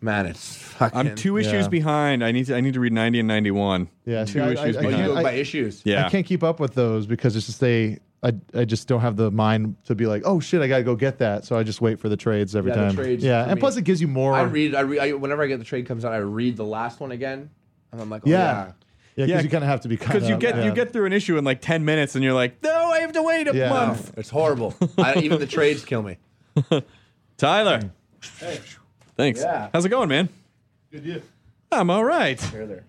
Man, it's fucking. I'm two issues Yeah. behind. I need to I need to read 90 and 91. Yeah. Two I- I- issues I- Oh, you behind. go I- by issues. Yeah. I can't keep up with those because it's just they. I, I just don't have the mind to be like, oh shit, I gotta go get that. So I just wait for the trades every Yeah, the time. trades yeah, for and me. plus it gives you more. I read. I read. I, whenever I get the trade comes out, I read the last one again, and I'm like, oh, Yeah, yeah. yeah, because Yeah, you kind of have to be caught Cuz you up. get you Yeah. get through an issue in like 10 minutes and you're like, "No, I have to wait a Yeah. No, month." it's horrible. I, even the trades kill me. Tyler. Thanks. Yeah. How's it going, man? Good I'm all right. Here, there.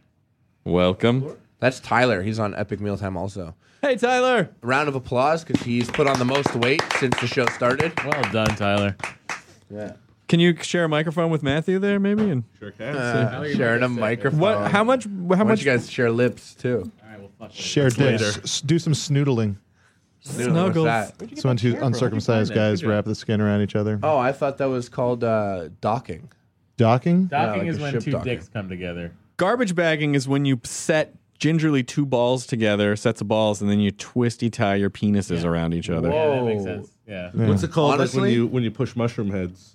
Welcome. That's Tyler. He's on Epic Mealtime also. Hey, Tyler. Round of applause because he's put on the most weight since the show started. Well done, Tyler. Yeah. Can you share a microphone with Matthew there, maybe? And Uh, sharing a microphone. what? How much? How How much? much you guys share lips too? share dicks. S- do some snoodling. Snuggles. So when two uncircumcised guys wrap the skin around each other. Oh, I thought that was called uh, docking. Docking. Docking like is a when ship two docking. dicks come together. Garbage bagging is when you set gingerly two balls together, sets of balls, and then you twisty tie your penises around each other. Yeah, that makes Oh. sense. Yeah. What's it called? like Honestly- when you when you push mushroom heads.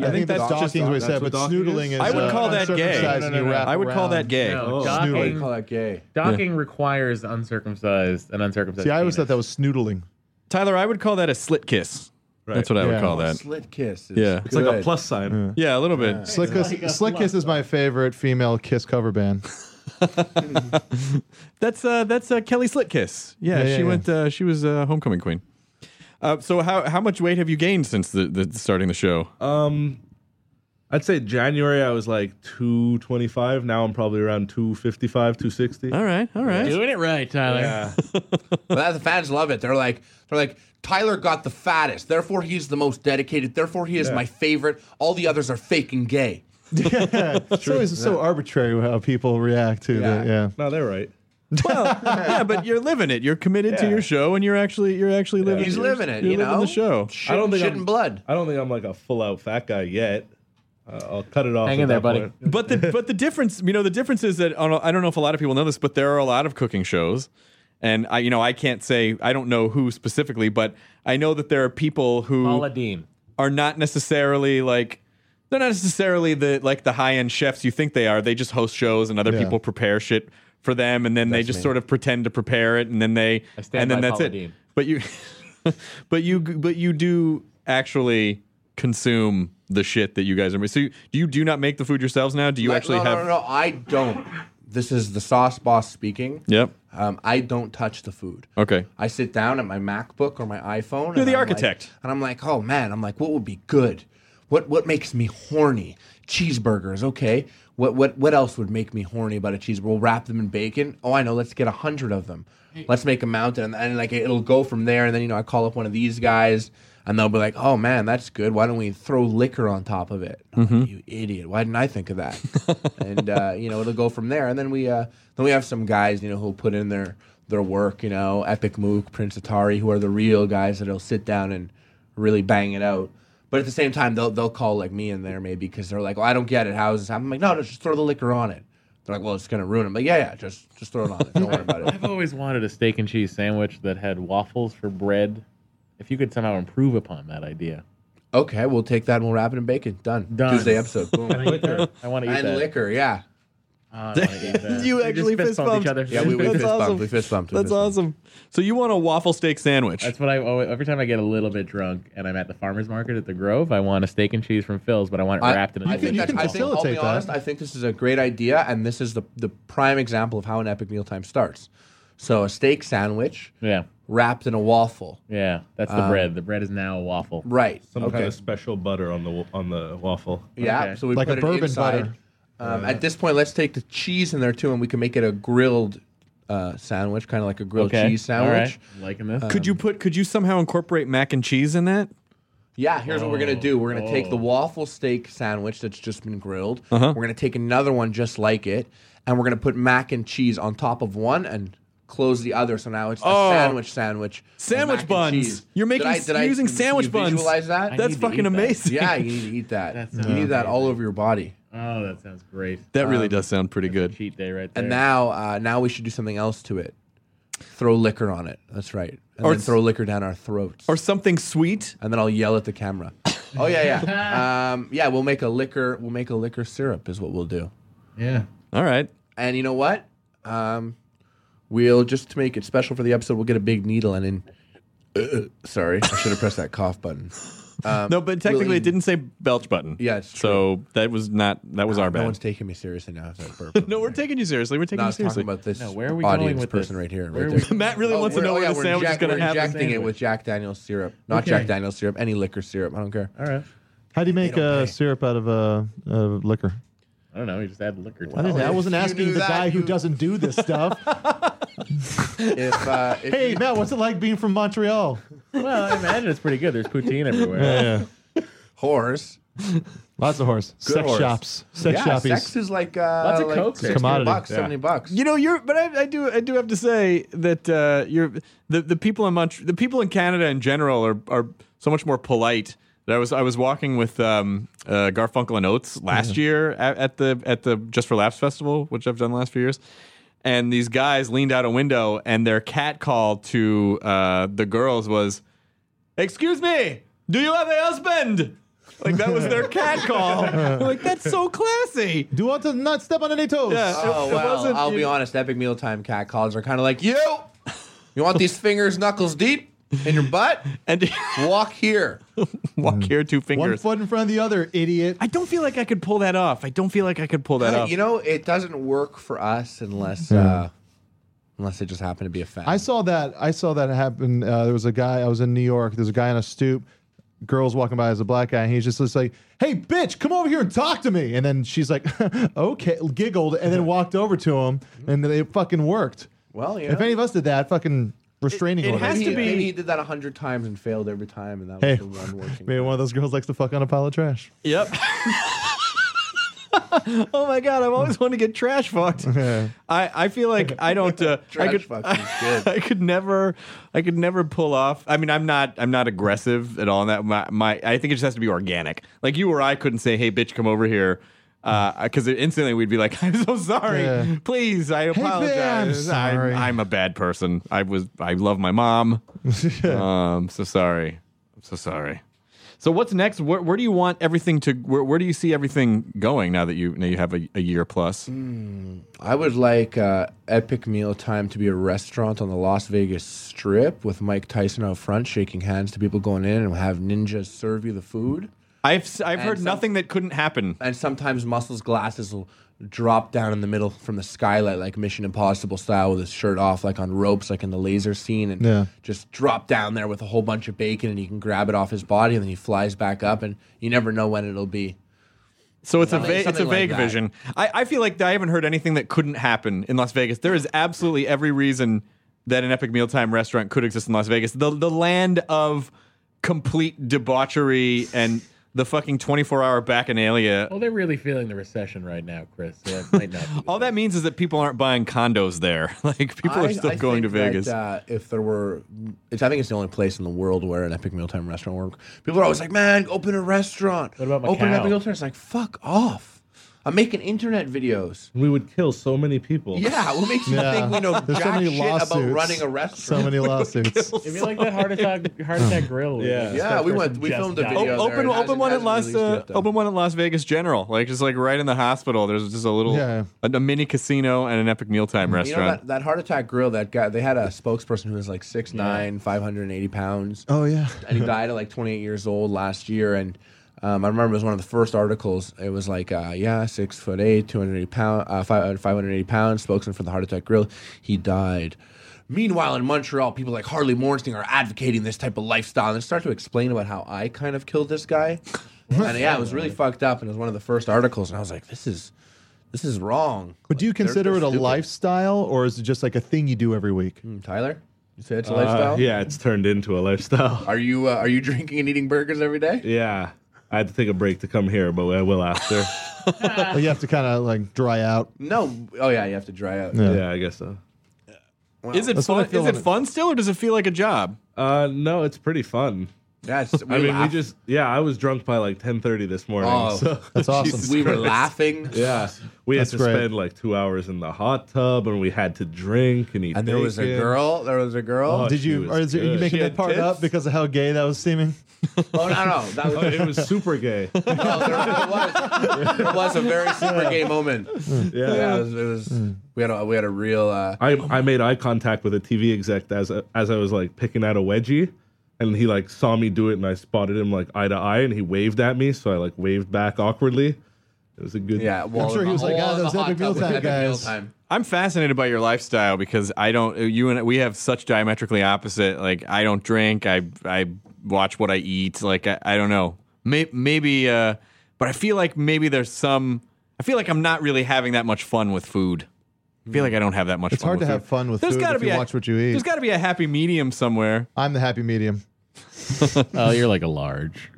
I, think, that's that's dock- docking's what we that's said, what but docking snoodling is? is. I would uh, call that gay. uncircumcised No, and no, no, you no. wrap I would call that around. gay. No, What do docking, you call that gay? docking requires uncircumcised and uncircumcised. See, I penis. always thought that was snoodling. Tyler, I would call that a slit kiss. That's what I would Yeah. call that. Slit kiss. Is Yeah. It's like a good. plus sign. Yeah, a little bit. Slit- Slick Kiss, Slick Kiss is my favorite female Kiss cover band. That's uh, that's uh, Kelly Slit Kiss. Yeah, Yeah, yeah, she yeah. went. Uh, she was uh, homecoming queen. Uh, so how how much weight have you gained since the, the starting the show? Uh, Um, I'd say January I was like two twenty five. Now I'm probably around 255, 260. all right, all right. doing it right, Tyler. But that- the fans love it. They're like, they're like, Tyler got the fattest. Therefore, he's the most dedicated. Therefore, he is my favorite. All the others are fake and gay. It's always so arbitrary how people react to Yeah. that. Yeah. No, they're right. yeah, but you're living it. You're committed to Yeah. your show, and you're actually you're actually living. He's you're- living it. You're you living know the show. Shit, I don't think shit I'm- and blood. I don't think I'm like a full out fat guy yet. Uh, I'll cut it off. Hang at in there, that buddy. point. [LAUGHS] But the but the difference, you know, the difference is that I don't- I don't know if a lot of people know this, but there are a lot of cooking shows, and I you know I can't say I don't know who specifically, but I know that there are people who Paula Dean. are not necessarily like they're not necessarily the like the high end chefs you think they are. They just host shows and other Yeah. people prepare shit for them, and then they just me. sort of pretend to prepare it, and then they I stand and then by that's Paula it. Dean. But you, [LAUGHS] but you, but you do actually consume the shit that you guys are. So you, do you do not make the food yourselves now? Do you Like, actually no, have? no, no, no, I don't. This is the sauce boss speaking. Yep. Um, I don't touch the food. [LAUGHS] Okay. I sit down at my MacBook or my iPhone. You're and the I'm like- architect. and I'm like, oh man, I'm like, what would be good? What what makes me horny? Cheeseburgers, okay. What what what else would make me horny about a cheeseburger? We'll wrap them in bacon. Oh, I know. Let's get a hundred of them. Let's make a mountain, and, and like it'll go from there. And then you know, I call up one of these guys, and they'll be like, oh man, that's good. Why don't we throw liquor on top of it? I'm like, Mm-hmm. you idiot! Why didn't I think of that? [LAUGHS] and uh, you know, it'll go from there. And then we uh, then we have some guys, you know, who'll put in their their work, you know, Epic Mook, Prince Atari, who are the real guys that'll sit down and really bang it out. But at the same time, they'll they'll call like me in there maybe because they're like, well, I don't get it. How is this? happening?" I'm like, no, no, just throw the liquor on it. They're like, well, it's gonna ruin it. But yeah, yeah, just just throw it on. It. Don't worry [LAUGHS] about it. I've always wanted a steak and cheese sandwich that had waffles for bread. If you could somehow improve upon that idea, Okay, we'll take that and we'll wrap it in bacon. Done. Done. Tuesday episode. Boom. I want to eat and that. liquor, yeah. I wanna eat that. [LAUGHS] You We actually just fist bumped fist each other. Yeah, we, we That's fist awesome. bumped. We fist bumped. we That's fist bumped. awesome. So you want a waffle steak sandwich? That's what I always, every time I get a little bit drunk and I'm at the farmers market at the Grove, I want a steak and cheese from Phil's, but I want it I- wrapped in a I delicious think you that's, can I think, I'll be facilitate that. honest, I think this is a great idea, and this is the, the prime example of how an epic mealtime starts. So a steak sandwich Yeah, wrapped in a waffle. yeah, that's Um, the bread. The bread is now a waffle. Right. Some okay. kind of special butter on the wa- on the waffle. yeah. okay. So we Like put a it bourbon inside. butter. Um, At this point, let's take the cheese in there too, and we can make it a grilled uh, sandwich, kind of like a grilled Okay, cheese all right. sandwich. Uh, Liking this. could you put? Could you somehow incorporate mac and cheese in that? Yeah, here's what we're gonna do. We're gonna take the Oh. waffle steak sandwich that's just been grilled. Uh-huh. We're gonna take another one just like it, and we're gonna put mac and cheese on top of one and close the other. So now it's a Oh. sandwich sandwich. of Sandwich mac and buns. cheese. You're making- you're using did sandwich you buns. Visualize that. I That's need to eat fucking that. amazing. yeah, you need to eat that. That you sounds need that all over your body. Oh, that sounds great. That really does sound pretty good. Cheat day right there. And now, uh, now we should do something else to it. Throw liquor on it. That's right. And Or then s- throw liquor down our throats. Or something sweet. and then I'll yell at [COUGHS] the camera. Oh yeah, yeah, [LAUGHS] um, yeah. We'll make a liquor. We'll make a liquor syrup is what we'll do. yeah. All right. And you know what? Um, we'll just to make it special for the episode, we'll get a big needle and in. sorry, I should have pressed that cough [LAUGHS] button. Um, No, but technically we'll it in- didn't say belch button. Yeah, it's So that was not that was our No bad. one's taking me seriously now. It's like burp. [LAUGHS] No, we're taking you seriously. We're taking No, I you was talking seriously. about this No, where are we audience going with person this? right here. Where Right are we- there. Matt really Oh, wants to we're- know oh, what yeah, the we're sandwich is inject- going we're to happen. injecting it with Jack Daniel's syrup, not Okay. Jack Daniel's syrup, any liquor syrup. I don't care. All right. How do you make uh, syrup out of uh, uh, liquor? I don't know. You just add liquor to I, it. didn't, I Oh, if wasn't you asking knew the that, guy who you- doesn't do [LAUGHS] this stuff. If, uh, if hey, you- Matt, what's it like being from [LAUGHS] Montreal? Well, I imagine it's pretty good. There's poutine [LAUGHS] everywhere. Yeah, horse, lots of horse. sex horse. shops, sex yeah, shoppies. sex is like uh, Lots of like Coke there. 60 Commodity, bucks, yeah. seventy bucks. You know, you're, but I, I do, I do have to say that uh, you're the, the people in Montreal, the people in Canada in general are, are so much more polite. That I was, I was walking with um, uh, Garfunkel and Oates last year at, at the at the Just for Laughs festival, which I've done the last few years, and these guys leaned out a window and their cat call to uh, the girls was, "Excuse me, do you have a husband?" Like that was their cat call. like that's so classy. Do you want to not step on any toes? Yeah. Oh It well, wasn't- I'll be you- honest. Epic mealtime cat calls are kind of like you. You want these fingers knuckles deep in your butt? And [LAUGHS] Walk here. walk here, two Hmm. One fingers. foot in front of the other, idiot. I don't feel like I could pull that off. I don't feel like I could pull that off. You know it doesn't work for us unless uh, unless it just happened to be a fact. I saw that. I saw that happen. Uh, there was a guy. I was in New York. There's a guy on a stoop. Girls walking by as a black guy, and he's just, just like, "Hey, bitch, come over here and talk to me." And then she's like, [LAUGHS] "Okay," giggled, and [LAUGHS] then walked over to him, and then it fucking worked. Well, you know, If any of us did that, fucking restraining It- it order. has maybe, to be- maybe he did that a hundred times and failed every time, and that was Hey, the one working. Maybe one of those girls likes to fuck on a pile of trash. [LAUGHS] Yep. [LAUGHS] oh my god, I've always wanted to get trash [LAUGHS] fucked. I, I feel like I don't uh, I Trash could [LAUGHS] fucking's good. I could never I could never pull off. I mean, I'm not I'm not aggressive at all in that my, my I think it just has to be organic. Like you or I couldn't say, "Hey bitch, come over here." Uh, cuz instantly we'd be like, [LAUGHS] "I'm so sorry. Yeah. Please, I babe, I'm apologize. sorry." I'm, I'm a bad person. I was I love my mom. um, so sorry. I'm so sorry. So what's next? Where, where do you want everything to? Where, where do you see everything going now that you now you have a, a year plus? I would like uh, Epic Mealtime to be a restaurant on the Las Vegas Strip with Mike Tyson out front, shaking hands to people going in, and have ninjas serve you the food. I've s- I've heard some- nothing that couldn't happen. and sometimes Muscle's glasses will drop down in the middle from the skylight, like Mission Impossible style, with his shirt off, like on ropes, like in the laser scene, and Yeah. just drop down there with a whole bunch of bacon, and you can grab it off his body, and then he flies back up, and you never know when it'll be. So it's a Something- va- it's a something like vague that. vision. I, I feel like I haven't heard anything that couldn't happen in Las Vegas. There is absolutely every reason that an epic mealtime restaurant could exist in Las Vegas. The the land of complete debauchery and the fucking 24 hour bacchanalia. Well, they're really feeling the recession right now, Chris. So that might not. be- All that means is that people aren't buying condos there. [LAUGHS] Like people are I- still I going to think that, Vegas. [LAUGHS] uh, if there were, it's, I think it's the only place in the world where an Epic Mealtime restaurant work. People are always like, "Man, open a restaurant. What about open an Macau? Epic Mealtime?" It's like, "Fuck off! I'm making internet videos." We would kill so many people. Yeah, what makes you Yeah. think we know [LAUGHS] There's so jack many shit about lawsuits. running a restaurant? So many lawsuits. It'd be like that Oh, heart attack, heart [LAUGHS] attack grill. Yeah. Yeah, we went- we filmed a the O- video. there, open it open hasn't- one at hasn't Las released uh, yet, though. open one at Las Vegas General. Like just like right in the hospital. There's just a little Yeah. a, a mini casino and an epic mealtime You know restaurant. that, that heart attack grill. That guy. They had a spokesperson who was like 6'9", 580 pounds. [LAUGHS] oh yeah. and he died at like 28 years old last year. And um, I remember it was one of the first articles. It was like, uh, yeah, six foot eight, 280 pound, uh, five, 580 pounds, spokesman for the Heart Attack Grill. He died. Meanwhile, in Montreal, people like Harley Mornstein are advocating this type of lifestyle and they start to explain about how I kind of killed this guy. and yeah, it was really fucked up. And it was one of the first articles. And I was like, this is. This is wrong. But do you Like, they're- consider they're it a stupid. Hmm. lifestyle, or is it just like a thing you do every week? Tyler, you say it's a Uh, lifestyle. yeah, it's turned into a lifestyle. Are you uh, are you [LAUGHS] drinking and eating burgers every day? Yeah. I had to take a break to come here, but I will after. Well, you have to kind of like dry out. No. Oh yeah, you have to dry [LAUGHS] out. Yeah. yeah, I guess so. Is it That's what I fun? feel Is when it it- fun still, or does it feel like a job? Uh, no, it's pretty fun. That's. We [LAUGHS] I mean, laugh- we just yeah. I was drunk by like ten thirty this morning. Oh, [LAUGHS] [LAUGHS] So That's awesome. we were laughing. yeah, we had That's to great. spend like two hours in the hot tub, and we had to drink and eat. And there was a bacon. girl. There was a girl. Oh, Did she you? was Or is it, are you good. making She that had part tits? up because of how gay that was seeming? Oh no, no, [LAUGHS] that [LAUGHS] Oh, was. it was [LAUGHS] super gay. [LAUGHS] yeah, No, there [LAUGHS] it was. It was a very super gay moment. Yeah, it was. It was Hmm. we had a we had a real. Uh, I, I made eye contact with a TV exec as as I was like picking out a wedgie, and he like saw me do it, and I spotted him like eye to eye, and he waved at me, so I like waved back awkwardly. It was a good yeah, well, sure he was like, "Ah, those Epic Meal Time guys." I'm fascinated by your lifestyle because I don't. You and we have such diametrically opposite. Like I don't drink. I I watch what I eat. Like I, I don't know. Maybe, maybe. Uh, but I feel like maybe there's some. I feel like I'm not really having that much fun with food. I feel like I don't have that much. It's fun hard with to have fun with There's food gotta if be you a- watch what you eat. There's got to be a happy medium somewhere. I'm the happy medium. Oh, you're like a large.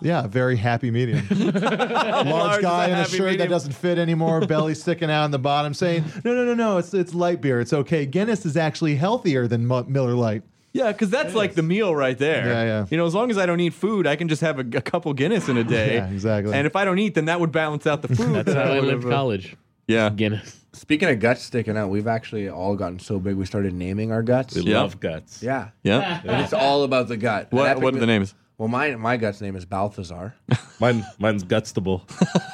Yeah, very [LAUGHS] happy medium. Large, Large is guy a in a happy shirt that medium. doesn't fit anymore, belly sticking out in the bottom, saying, "No, no, no, no, it's it's light beer. It's okay. Guinness is actually healthier than Mu- Miller Lite." Yeah, because that's like the meal right there. Yeah, yeah. You know, as long as I don't eat food, I can just have a, a couple Guinness in [LAUGHS] a day. Yeah, exactly. And if I don't eat, then that would balance out [LAUGHS] the food. That's that how I would lived have, uh, college. Yeah. Guinness. Speaking of guts sticking out, we've actually all gotten so big we started naming our guts. We Yeah. love guts. Yeah, [LAUGHS] Yeah. And it's all about the gut. An What Epic What are Meal- the names? Well, my my gut's name is Balthazar. Mine [LAUGHS] mine's gutstable.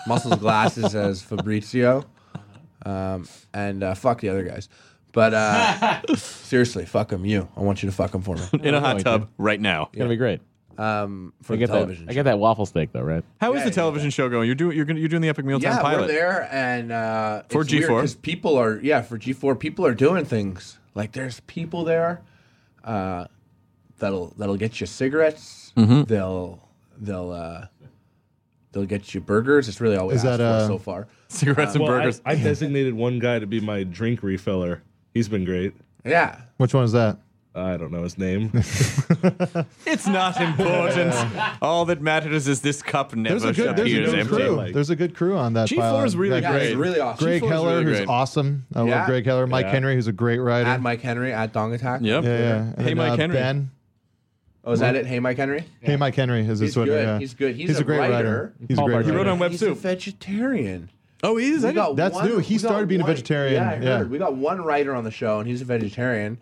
Muscles Glasses as Fabrizio, um, and uh, fuck the other guys. But uh, seriously, fuck them. You, I want you to fuck them [LAUGHS] for me. in a I hot do. tub right now. It's gonna be great. Um, for I the get that. television. I show. get that waffle steak though, right? How is Yeah, the yeah, television show going? You're doing you're gonna, you're doing the Epic Mealtime yeah, pilot. we're there, and uh, For it's G4. because people are yeah for G four people are doing things like there's people there uh, that'll that'll get you cigarettes. Mm-hmm. They'll they'll uh, they'll get you burgers. It's really all we Is asked that, uh, for so far. [LAUGHS] Cigarettes and Well, I, burgers. I designated one guy to be my drink refiller. He's been great. Yeah, Which one is that? I don't know [LAUGHS] his name. it's [LAUGHS] not important. All that matters is this cup never There's a good, there's a appears good empty. crew. Like- there's a good crew on that. G4 pilot. is really Got yeah, it's Great. really awesome. Greg G4 is Heller, really who's great. awesome. I love Yeah. Greg Heller. Mike Yeah. Henry, who's a great writer. at Mike Henry at Dong Attack. Yep. yeah, yeah. And Hey, then, Mike uh, Henry. Ben. Oh, is that it? Hey, Mike Henry. Hey, Mike Henry is his He's Twitter. good. Yeah. He's good. He's, a, great writer. He's a Paul great Barker. writer. He wrote on Web He's a Soup. vegetarian. Oh, he is. I We got didn't- That's one- new. He we started got being a one- vegetarian. Yeah, I Yeah. heard. We got one writer on the show, and he's a vegetarian,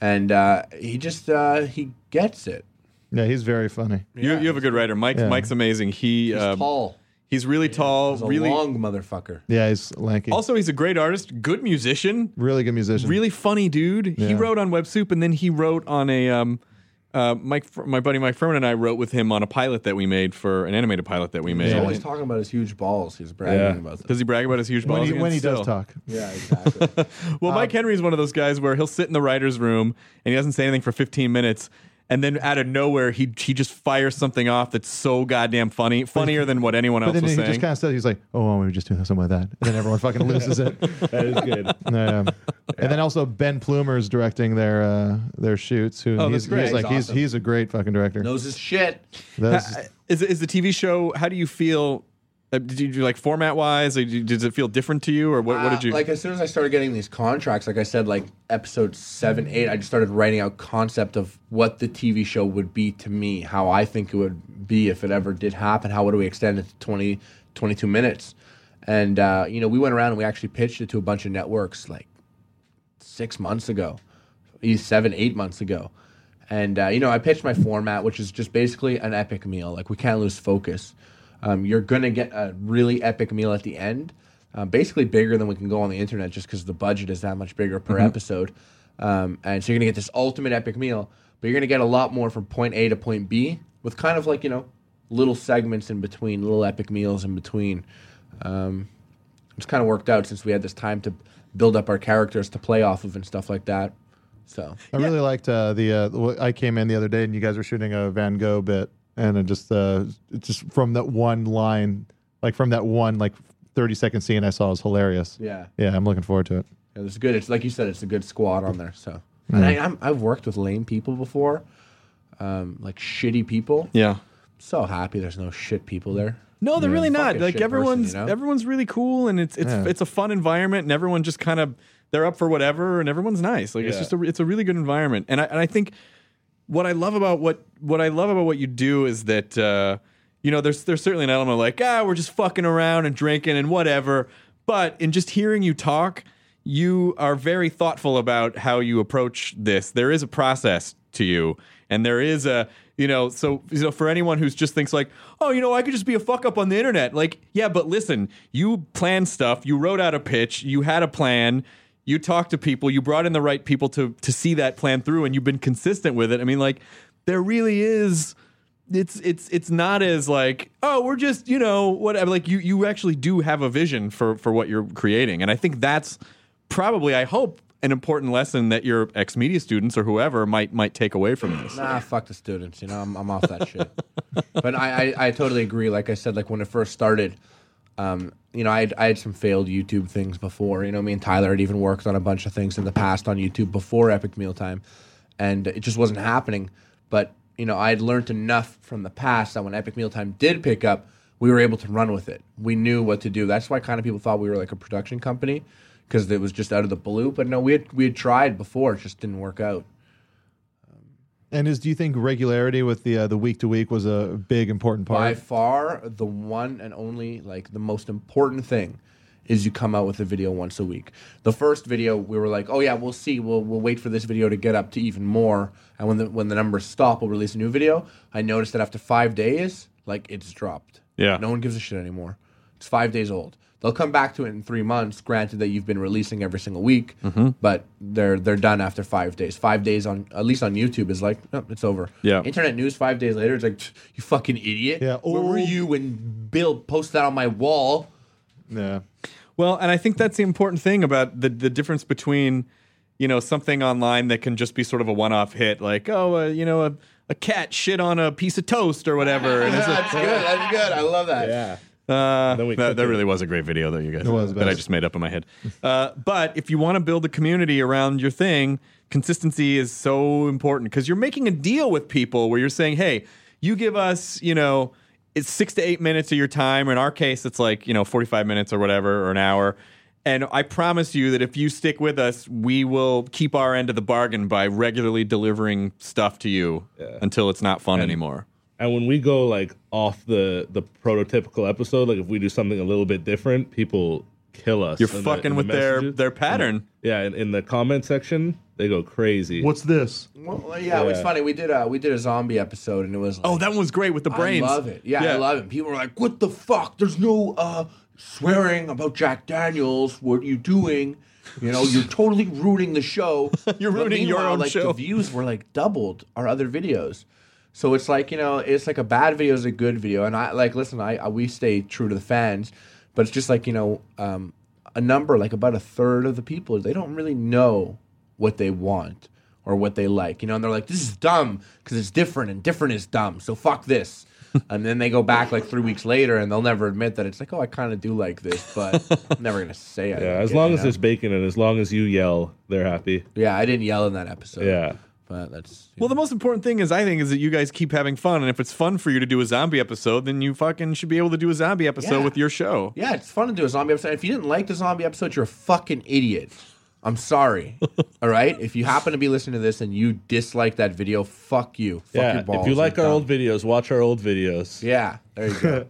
and uh, he just uh, he gets it. Yeah, he's very funny. you, you have a good writer. Mike Yeah. Mike's amazing. He He's um, tall. He's really tall. He's a really. long motherfucker. Yeah, he's lanky. Also, he's a great artist. Good musician. really good musician. Really funny dude. He Yeah. wrote on Web Soup, and then he wrote on a um, uh, Mike. Fr- My buddy Mike Furman and I wrote with him on a pilot that we made for an animated pilot that we made. He's always talking about his huge balls. He's bragging Yeah. about them. Does he Um, brag about his huge balls? when he, again? when he Still. does talk. Yeah, exactly. [LAUGHS] Well, Mike Henry is one of those guys where he'll sit in the writer's room and he doesn't say anything for 15 minutes. And then out of nowhere, he he just fires something off that's so goddamn funny, funnier than what anyone But else then was he saying. just kind of says, he's like, oh, well, we were just doing something like that. And then everyone fucking loses it. That is good. Yeah. And then also Ben Plumer's directing their uh, their shoots. Who Oh, he's, that's great. he's like He's he's awesome. he's a great fucking director. Knows his shit. [LAUGHS] That's- Ha- Uh, Is is the TV show? How do you feel? uh, Did you do like format wise? Did, you- does it feel different to you, or what? what Uh, did you? like? As soon as I started getting these contracts, like I said, like episode seven, eight, I just started writing out concept of what the TV show would be to me, how I think it would be if it ever did happen. How would we extend it to 20, 22 minutes? And uh, you know, we went around and we actually pitched it to a bunch of networks, like six months ago, e- seven, eight months ago. And, uh, you know, I pitched my format, which is just basically an epic meal. Like, we can't lose focus. Um, you're going to get a really epic meal at the end, um, basically bigger than we can go on the internet just because the budget is that much bigger per episode. Um, and so you're going to get this ultimate epic meal, but you're going to get a lot more from point A to point B with kind of like, you know, little segments in between, little epic meals in between. Um, it's kind of worked out since we had this time to build up our characters to play off of and stuff like that. So I really liked uh, the. Uh, wh- I came in the other day and you guys were shooting a Van Gogh bit, and it just uh, it just from that one line, like from that one like thirty second scene I saw was hilarious. yeah, Yeah, I'm looking forward to it. it was good. It's like you said, it's a good squad on there. So and I, I'm, I've worked with lame people before, um, like shitty people. yeah. So happy there's no shit people there. No, they're really Fuck not. a Like shit person, everyone's you know? everyone's really cool and it's it's Yeah. it's a fun environment and everyone just kind of they're up for whatever and everyone's nice. Like it's Yeah. just a it's a really good environment. And I and I think what I love about what what I love about what you do is that uh, you know there's there's certainly an element of like ah we're just fucking around and drinking and whatever, but in just hearing you talk, you are very thoughtful about how you approach this. There is a process to you, and there is a you know so you know for anyone who's just thinks like oh you know I could just be a fuck up on the internet like yeah but listen you planned stuff you wrote out a pitch you had a plan you talked to people, you brought in the right people to to see that plan through, and you've been consistent with it. I mean, like, there really is. It's it's it's not as like oh we're just you know whatever like you you actually do have a vision for for what you're creating, and I think that's probably I hope an important lesson that your ex media students or whoever might might take away from this. Nah, fuck the students. You know, I'm, I'm off that shit. But I, I, I totally agree. Like I said, like when it first started, um, you know, I had, I had some failed YouTube things before. You know, me and Tyler had even worked on a bunch of things in the past on YouTube before Epic Mealtime, and it just wasn't happening. But you know, I had learned enough from the past that when Epic Mealtime did pick up, we were able to run with it. We knew what to do. That's why kind of people thought we were like a production company because it was just out of the blue. But no, we had we had tried before. It just didn't work out. And is do you think regularity with the uh, the week to week was a big important By part? far, the one and only, like the most important thing, is you come out with a video once a week. The first video, we were like, oh yeah, we'll see. We'll we'll wait for this video to get up to even more, and when the when the numbers stop, we'll release a new video. I noticed that after five days, like it's dropped. Yeah. no one gives a shit anymore. It's five days old. They'll come back to it in three months. Granted that you've been releasing every single week, but they're they're done after five days. Five days on at least on YouTube is like, nope, it's over. Yeah. Internet news five days later, it's like, "Tch, you fucking idiot. Yeah, Where were old- you when Bill posted that on my wall? yeah. Well, and I think that's the important thing about the the difference between you know something online that can just be sort of a one off hit, like oh uh, you know a a cat shit on a piece of toast or whatever. And it's like, [LAUGHS] [LAUGHS] That's good. That's good. I love that. Yeah. uh, Then we that, cook that it. really was a great video though, you guys. It was the that I best. just made up in my head. Uh, but if you want to build a community around your thing, consistency is so important because you're making a deal with people where you're saying, hey, you give us, you know, it's six to eight minutes of your time. In our case, it's like, you know, 45 minutes or whatever, or an hour. And I promise you that if you stick with us, we will keep our end of the bargain by regularly delivering stuff to you until it's not fun anymore. And when we go like off the the prototypical episode, like if we do something a little bit different, people kill us. You're in the- fucking in the with their, messages. their pattern. Yeah, in, in the comment section, they go crazy. What's this? Well, yeah, it's Yeah. funny. We did a we did a zombie episode, and it was like, Oh, that one was great with the brains. I love it. Yeah, I love it. People were like, "What the fuck? There's no uh, swearing about Jack Daniels. What are you doing? You know, you're totally ruining the show. [LAUGHS] You're But ruining your meanwhile, own like, show. The views were like doubled our other videos. So it's like you know, it's like a bad video is a good video, and I like listen. I, I we stay true to the fans, but it's just like you know, um, a number like about a third of the people they don't really know what they want [LAUGHS] or what they like, you know, and they're like, this is dumb because it's different, and different is dumb. So fuck this. and then they go back like three weeks later, and they'll never admit that it's like, oh, I kind of do like this, but I'm never gonna say it. [LAUGHS] Yeah, as long as there's bacon and as long as you yell, they're happy. yeah, I didn't yell in that episode. Yeah. but that's Well, the most important thing is, I think, is that you guys keep having fun. And if it's fun for you to do a zombie episode, then you fucking should be able to do a zombie episode Yeah. with your show. yeah, it's fun to do a zombie episode. If you didn't like the zombie episode, you're a fucking idiot. I'm [LAUGHS] sorry. All right, if you happen to be listening to this and you dislike that video, fuck you. Fuck Yeah. your balls. If you like You're our dumb. old videos, watch our old videos. yeah, there you [LAUGHS] go.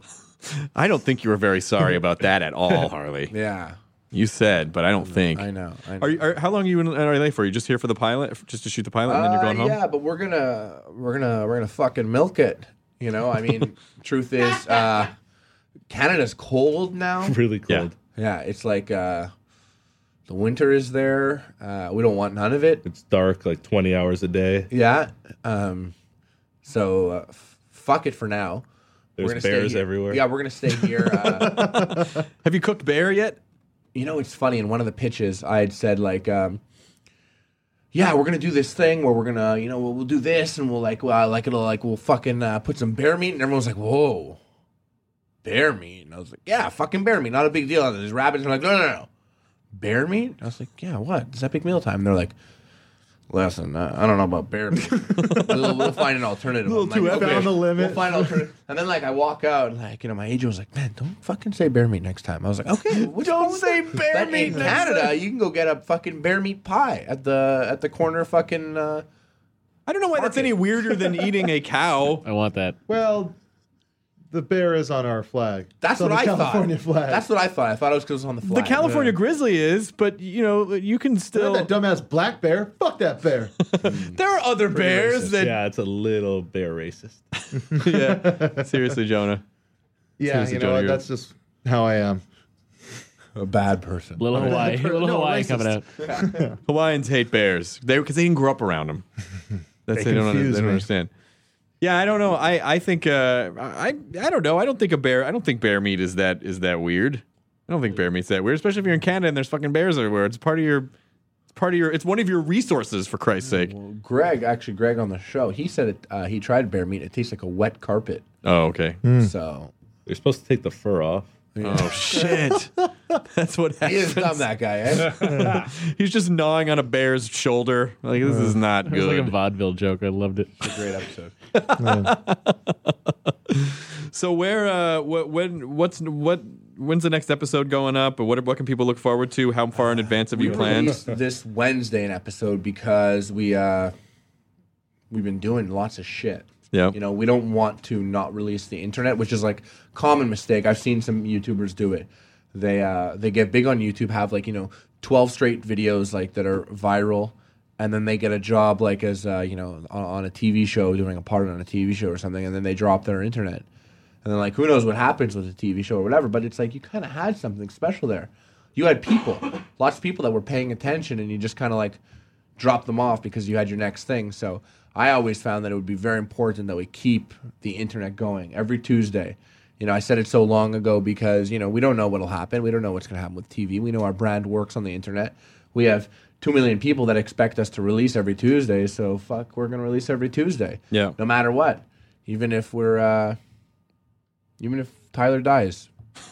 I don't think you were very sorry [LAUGHS] about that at all, Harley. yeah, You said, but I don't think. Mm, I know. I know. Are, you, are how long are you in LA for? Are you just here for the pilot, f- just to shoot the pilot, and then you're Uh, going home? Yeah, but we're gonna we're gonna we're gonna fucking milk it. You know, I [LAUGHS] mean, truth is, uh, Canada's cold now. [LAUGHS] Really cold. Yeah, it's like uh, the winter is there. Uh, we don't want none of it. It's dark like 20 hours a day. Yeah. Um, so uh, f- fuck it for now. There's gonna stay bears here- everywhere. Yeah, we're gonna [LAUGHS] stay here. Uh, Have you cooked bear yet? you know it's funny in one of the pitches i had said like um, yeah we're gonna do this thing where we're gonna you know we'll, we'll do this and we'll like well like it'll like we'll fucking uh, put some bear meat and everyone's like whoa bear meat and i was like yeah fucking bear meat not a big deal and there's rabbits and they're like no no no bear meat And i was like yeah what it's epic meal time and they're like Listen, I I don't know [LAUGHS] about bear meat. we'll, we'll find an alternative. Little I'm like, too epic. Found the limit. We'll find an alternative. And then, like, I walk out, and, like, you know, my agent was like, "Man, don't fucking say bear meat next time." I was like, [LAUGHS] "Okay, what's wrong Don't with say that? bear But meat in next Canada. You can go get a fucking bear meat pie at the at the corner fucking. Uh, I don't know why that's any weirder [LAUGHS] than eating a cow. I want that. Well, the bear is on our flag. It's that's on what I the California thought. flag. That's what I thought. I thought it was because it was on the The flag. California grizzly is, but you know you can Not still. that dumbass black bear. Fuck [LAUGHS] that bear. There are other bears that. yeah, it's a little bear racist. [LAUGHS] [LAUGHS] yeah. Seriously, Jonah. yeah, Seriously, you Johnny, know what? you're- That's just how I am. a bad person. [LAUGHS] uh, Little Hawaii. per- Little no, Hawaii racist. coming out. Hawaiians hate bears they because they didn't grow up around them. That's They they, don't, confuse they don't me. understand. Yeah, I don't know. I I think uh, I I don't know. I don't think a bear. I don't think bear meat is that is that weird. I don't think bear meat's that weird, especially if you're in Canada and there's fucking bears everywhere. It's part of your. It's part of your. It's one of your resources for Christ's sake. Greg, actually, Greg on the show, he said it. Uh, he tried bear meat. It tastes like a wet carpet. Oh okay. Hmm. Hmm. So You're supposed to take the fur off. Oh shit. [LAUGHS] That's what he happens. [LAUGHS] is dumb. That guy. Eh? He's just gnawing on a bear's shoulder. Like this is not It was like good. a vaudeville joke. I loved it. Great episode. So where uh what when what's what when's the next episode going up or what what can people look forward to? How far in advance have you planned? released this Wednesday an episode because we uh we've been doing lots of shit. Yeah. You know, we don't want to not release the internet, which is like common mistake. I've seen some YouTubers do it. They uh they get big on YouTube, have like, you know, 12 straight videos like that are viral and then they get a job like as uh, you know, on, on a TV show doing a part on a TV show or something and then they drop their internet. And then like who knows what happens with a TV show or whatever, but it's like you kind of had something special there. You had people, lots of people that were paying attention and you just kind of like dropped them off because you had your next thing. So I always found that it would be very important that we keep the internet going every Tuesday. You know, I said it so long ago because, you know, we don't know what'll happen. We don't know what's going to happen with TV. We know our brand works on the internet. We have 2 million people that expect us to release every Tuesday, so fuck, we're going to release every Tuesday. Yeah. No matter what. Even if we're uh even if Tyler dies.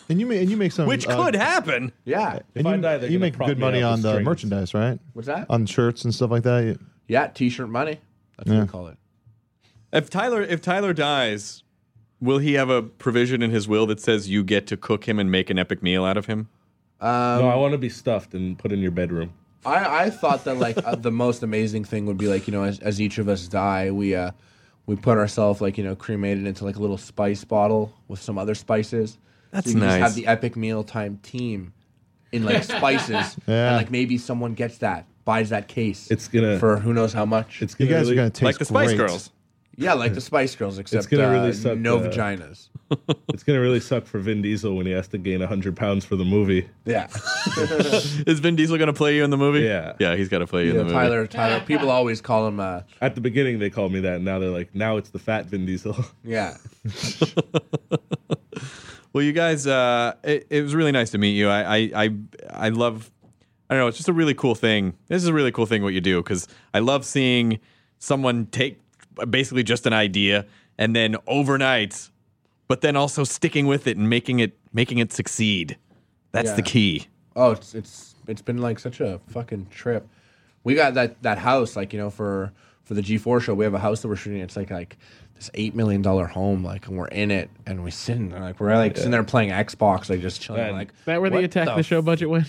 And you ma- and you make some Which uh, could happen. Yeah. And If you, I die, they're you gonna make prop good me money on up with the strings. merchandise, right? What's that? On shirts and stuff like that. You- yeah, t-shirt money. That's what we call it. If Tyler if Tyler dies, will he have a provision in his will that says you get to cook him and make an epic meal out of him? no, I want to be stuffed and put in your bedroom. I, I thought that like uh, the most amazing thing would be like you know as, as each of us die we uh we put ourselves like you know cremated into like a little spice bottle with some other spices. That's so you can nice. Just have the epic mealtime team in like spices Yeah. and like maybe someone gets that buys that case. It's gonna- for who knows how much. It's You gonna guys really, are gonna taste like the Spice great. Girls. yeah, like the Spice Girls except gonna uh, really suck no the- [LAUGHS] vaginas. It's gonna really suck for Vin Diesel when he has to gain hundred pounds for the movie. Yeah. Is Vin Diesel gonna play you in the movie? Yeah. Yeah, he's gotta play you You know, in the movie. Tyler, Tyler. People always call him. Uh, At the beginning, they called me that. And now they're like, now it's the fat Vin Diesel. [LAUGHS] yeah, Well, you guys, uh, it, it was really nice to meet you. I, I, I, I love. I don't know. It's just a really cool thing. This is a really cool thing what you do because I love seeing someone take basically just an idea and then overnight but then also sticking with it and making it making it succeed. That's the Yeah. key. Oh, it's it's it's been like such a fucking trip. We got that that house like you know for for the G4 show. We have a house that we're shooting. It's like like this eight million dollar home like, and we're in it and we sitting there like we're like sitting there playing Xbox like just chilling That- like that where they what attack the, show budget went?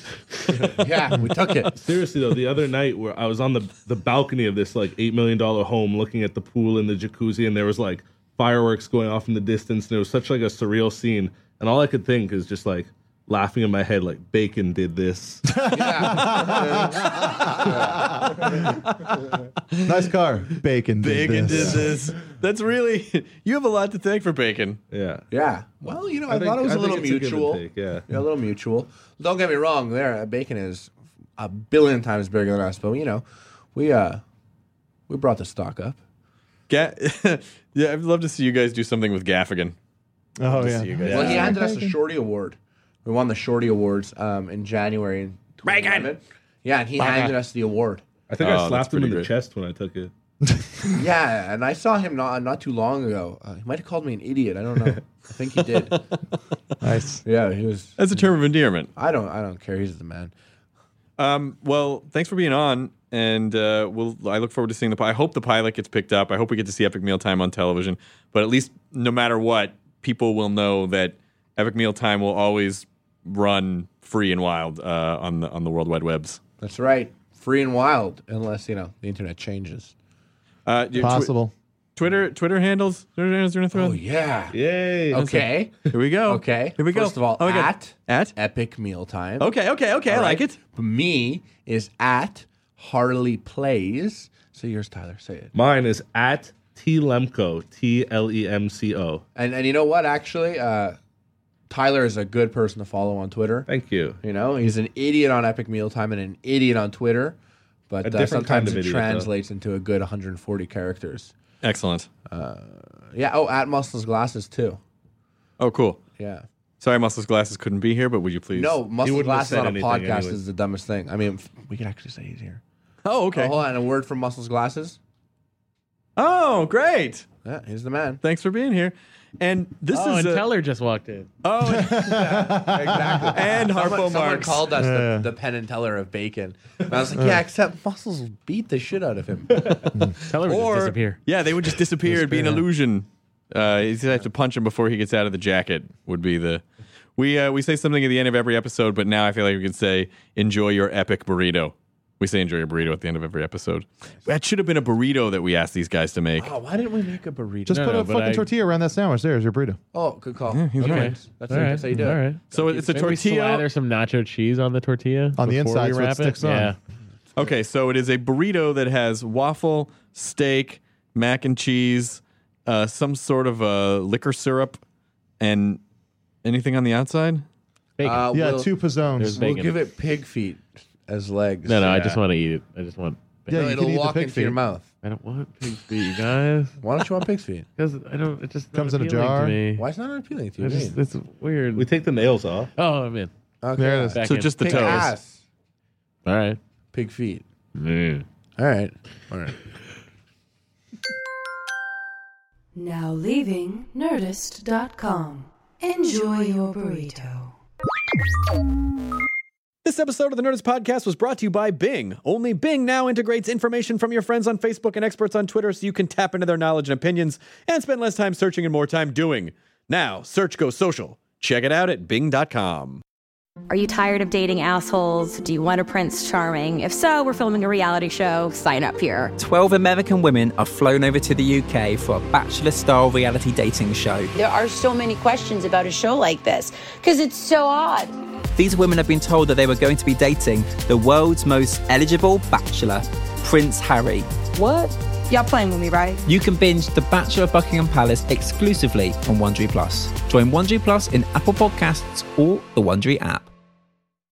f- yeah, we [LAUGHS] took it. Seriously though, the other night where I was on the the balcony of this like eight million dollar home, looking at the pool and the jacuzzi, and there was like fireworks going off in the distance, and it was such like a surreal scene. And all I could think is just like laughing in my head, like Bacon [LAUGHS] did this. nice [LAUGHS] car. Bacon. Did Bacon did this. this. That's really [LAUGHS] you have a lot to thank for Bacon. Yeah, Yeah. Well, you know, I, think- thought it was I a think little it's a give and mutual. take, yeah. a little mutual. Don't get me wrong. There, uh, bacon is a billion times bigger than us, but you know, we uh, we brought the stock up. Ga- [LAUGHS] yeah, I'd love to see you guys do something with Gaffigan. [LAUGHS] Oh See you yeah. guys. Well, he handed us a Shorty Award. We won the Shorty Awards um, in January. in 2011. Yeah, and he handed us the award. I think Oh, I that's slapped him in pretty the great. chest when I took it. Yeah, and I saw him not not too long ago. Uh, he might have called me an idiot. I don't know. I think he did. Nice. Yeah, he was. That's a term of endearment. I don't. I don't care. He's the man. Um, well, thanks for being on, and uh, we'll. I look forward to seeing the. pi- I hope the pilot gets picked up. I hope we get to see Epic Meal Time on television. But at least, no matter what, people will know that Epic Meal Time will always run free and wild uh, on the on the World Wide Webs. That's right. Free and wild, unless you know the internet changes. Uh, your twi- Possible. Twitter Twitter handles. Twitter handles. You're gonna throw. Oh yeah. Yay! Okay. Here we go. Okay. Here we go. First of all, Oh my God. at at Epic Mealtime. Okay, okay, okay. I All like right? it. Me is at Harley Plays. So yours, Tyler. Say it. Mine is at T E Lemco. T L E M C O. And and you know what? Actually, uh, Tyler is a good person to follow on Twitter. Thank you. You know, he's an idiot on Epic Mealtime and an idiot on Twitter, A but uh, different kind sometimes of it idiot, though. translates into a good 140 characters. Excellent. Yeah. Oh, at Muscles Glasses too. Oh, cool. Yeah. Sorry, Muscles Glasses couldn't be here, but would you please? No, Muscles wouldn't have Glasses said on a anything podcast anyway. is the dumbest thing. I mean, f- we could actually say he's here. Oh, okay. Oh, hold on. A word from Muscles Glasses. Oh, great. Yeah, he's the man. Thanks for being here. And this oh, is and a- Teller just walked in. Oh, and- Exactly. and [LAUGHS] Someone, Harpo someone Marx. called us Yeah. the, the Penn and Teller of bacon. And I was like, yeah, except Muscles beat the shit out [LAUGHS] of him. Teller would or just disappear. yeah, they would just disappear. It'd be an illusion. Uh, you just have to punch him before he gets out of the jacket. Would be the we uh, we say something at the end of every episode, but now I feel like we can say enjoy your epic burrito. We say enjoy your burrito at the end of every episode. That should have been a burrito that we asked these guys to make. Oh, why didn't we make a burrito? Just No, put no, a but fucking I- tortilla around that sandwich. There's your burrito. oh, good call. Okay. right. That's, it. that's how you do it. All right. So it's a Maybe we tortilla. Slather some nacho cheese on the tortilla On the before inside We so it wrap sticks on. Yeah. Okay, so it is a burrito that has waffle, steak, mac and cheese, uh, some sort of uh, liquor syrup, and anything on the outside. Bacon. Uh, Yeah, we'll, two There's pizzones. We'll bacon. give it pig feet as legs. no, no. I yeah. just want to eat it. I just want. Bacon. Yeah, you it'll can eat the walk pig into your feet. mouth. I don't want pig feet, you guys. Why don't you want pig feet? Because I don't. It just not Comes in a appealing jar. To me. Why is that not [LAUGHS] appealing to you? It's, Dean? just, it's weird. We take the nails off. oh, I'm in. okay. There it is. Back So in. just the Pig toes. Ah, ass. All right. Pig feet. Mm. All right. All right. Now leaving Nerdist.com. Enjoy your burrito. This episode of the Nerdist Podcast was brought to you by Bing. Only Bing now integrates information from your friends on Facebook and experts on Twitter so you can tap into their knowledge and opinions and spend less time searching and more time doing. Now, search goes social. Check it out at bing.com. Are you tired of dating assholes? Do you want a Prince Charming? If so, we're filming a reality show. Sign up here. 12 American women are flown over to the UK for a bachelor style reality dating show. There are so many questions about a show like this because it's so odd. These women have been told that they were going to be dating the world's most eligible bachelor, Prince Harry. What? Y'all playing with me, right? You can binge The Bachelor of Buckingham Palace exclusively on Wondery Plus. Join Wondery Plus in Apple Podcasts or the Wondery app.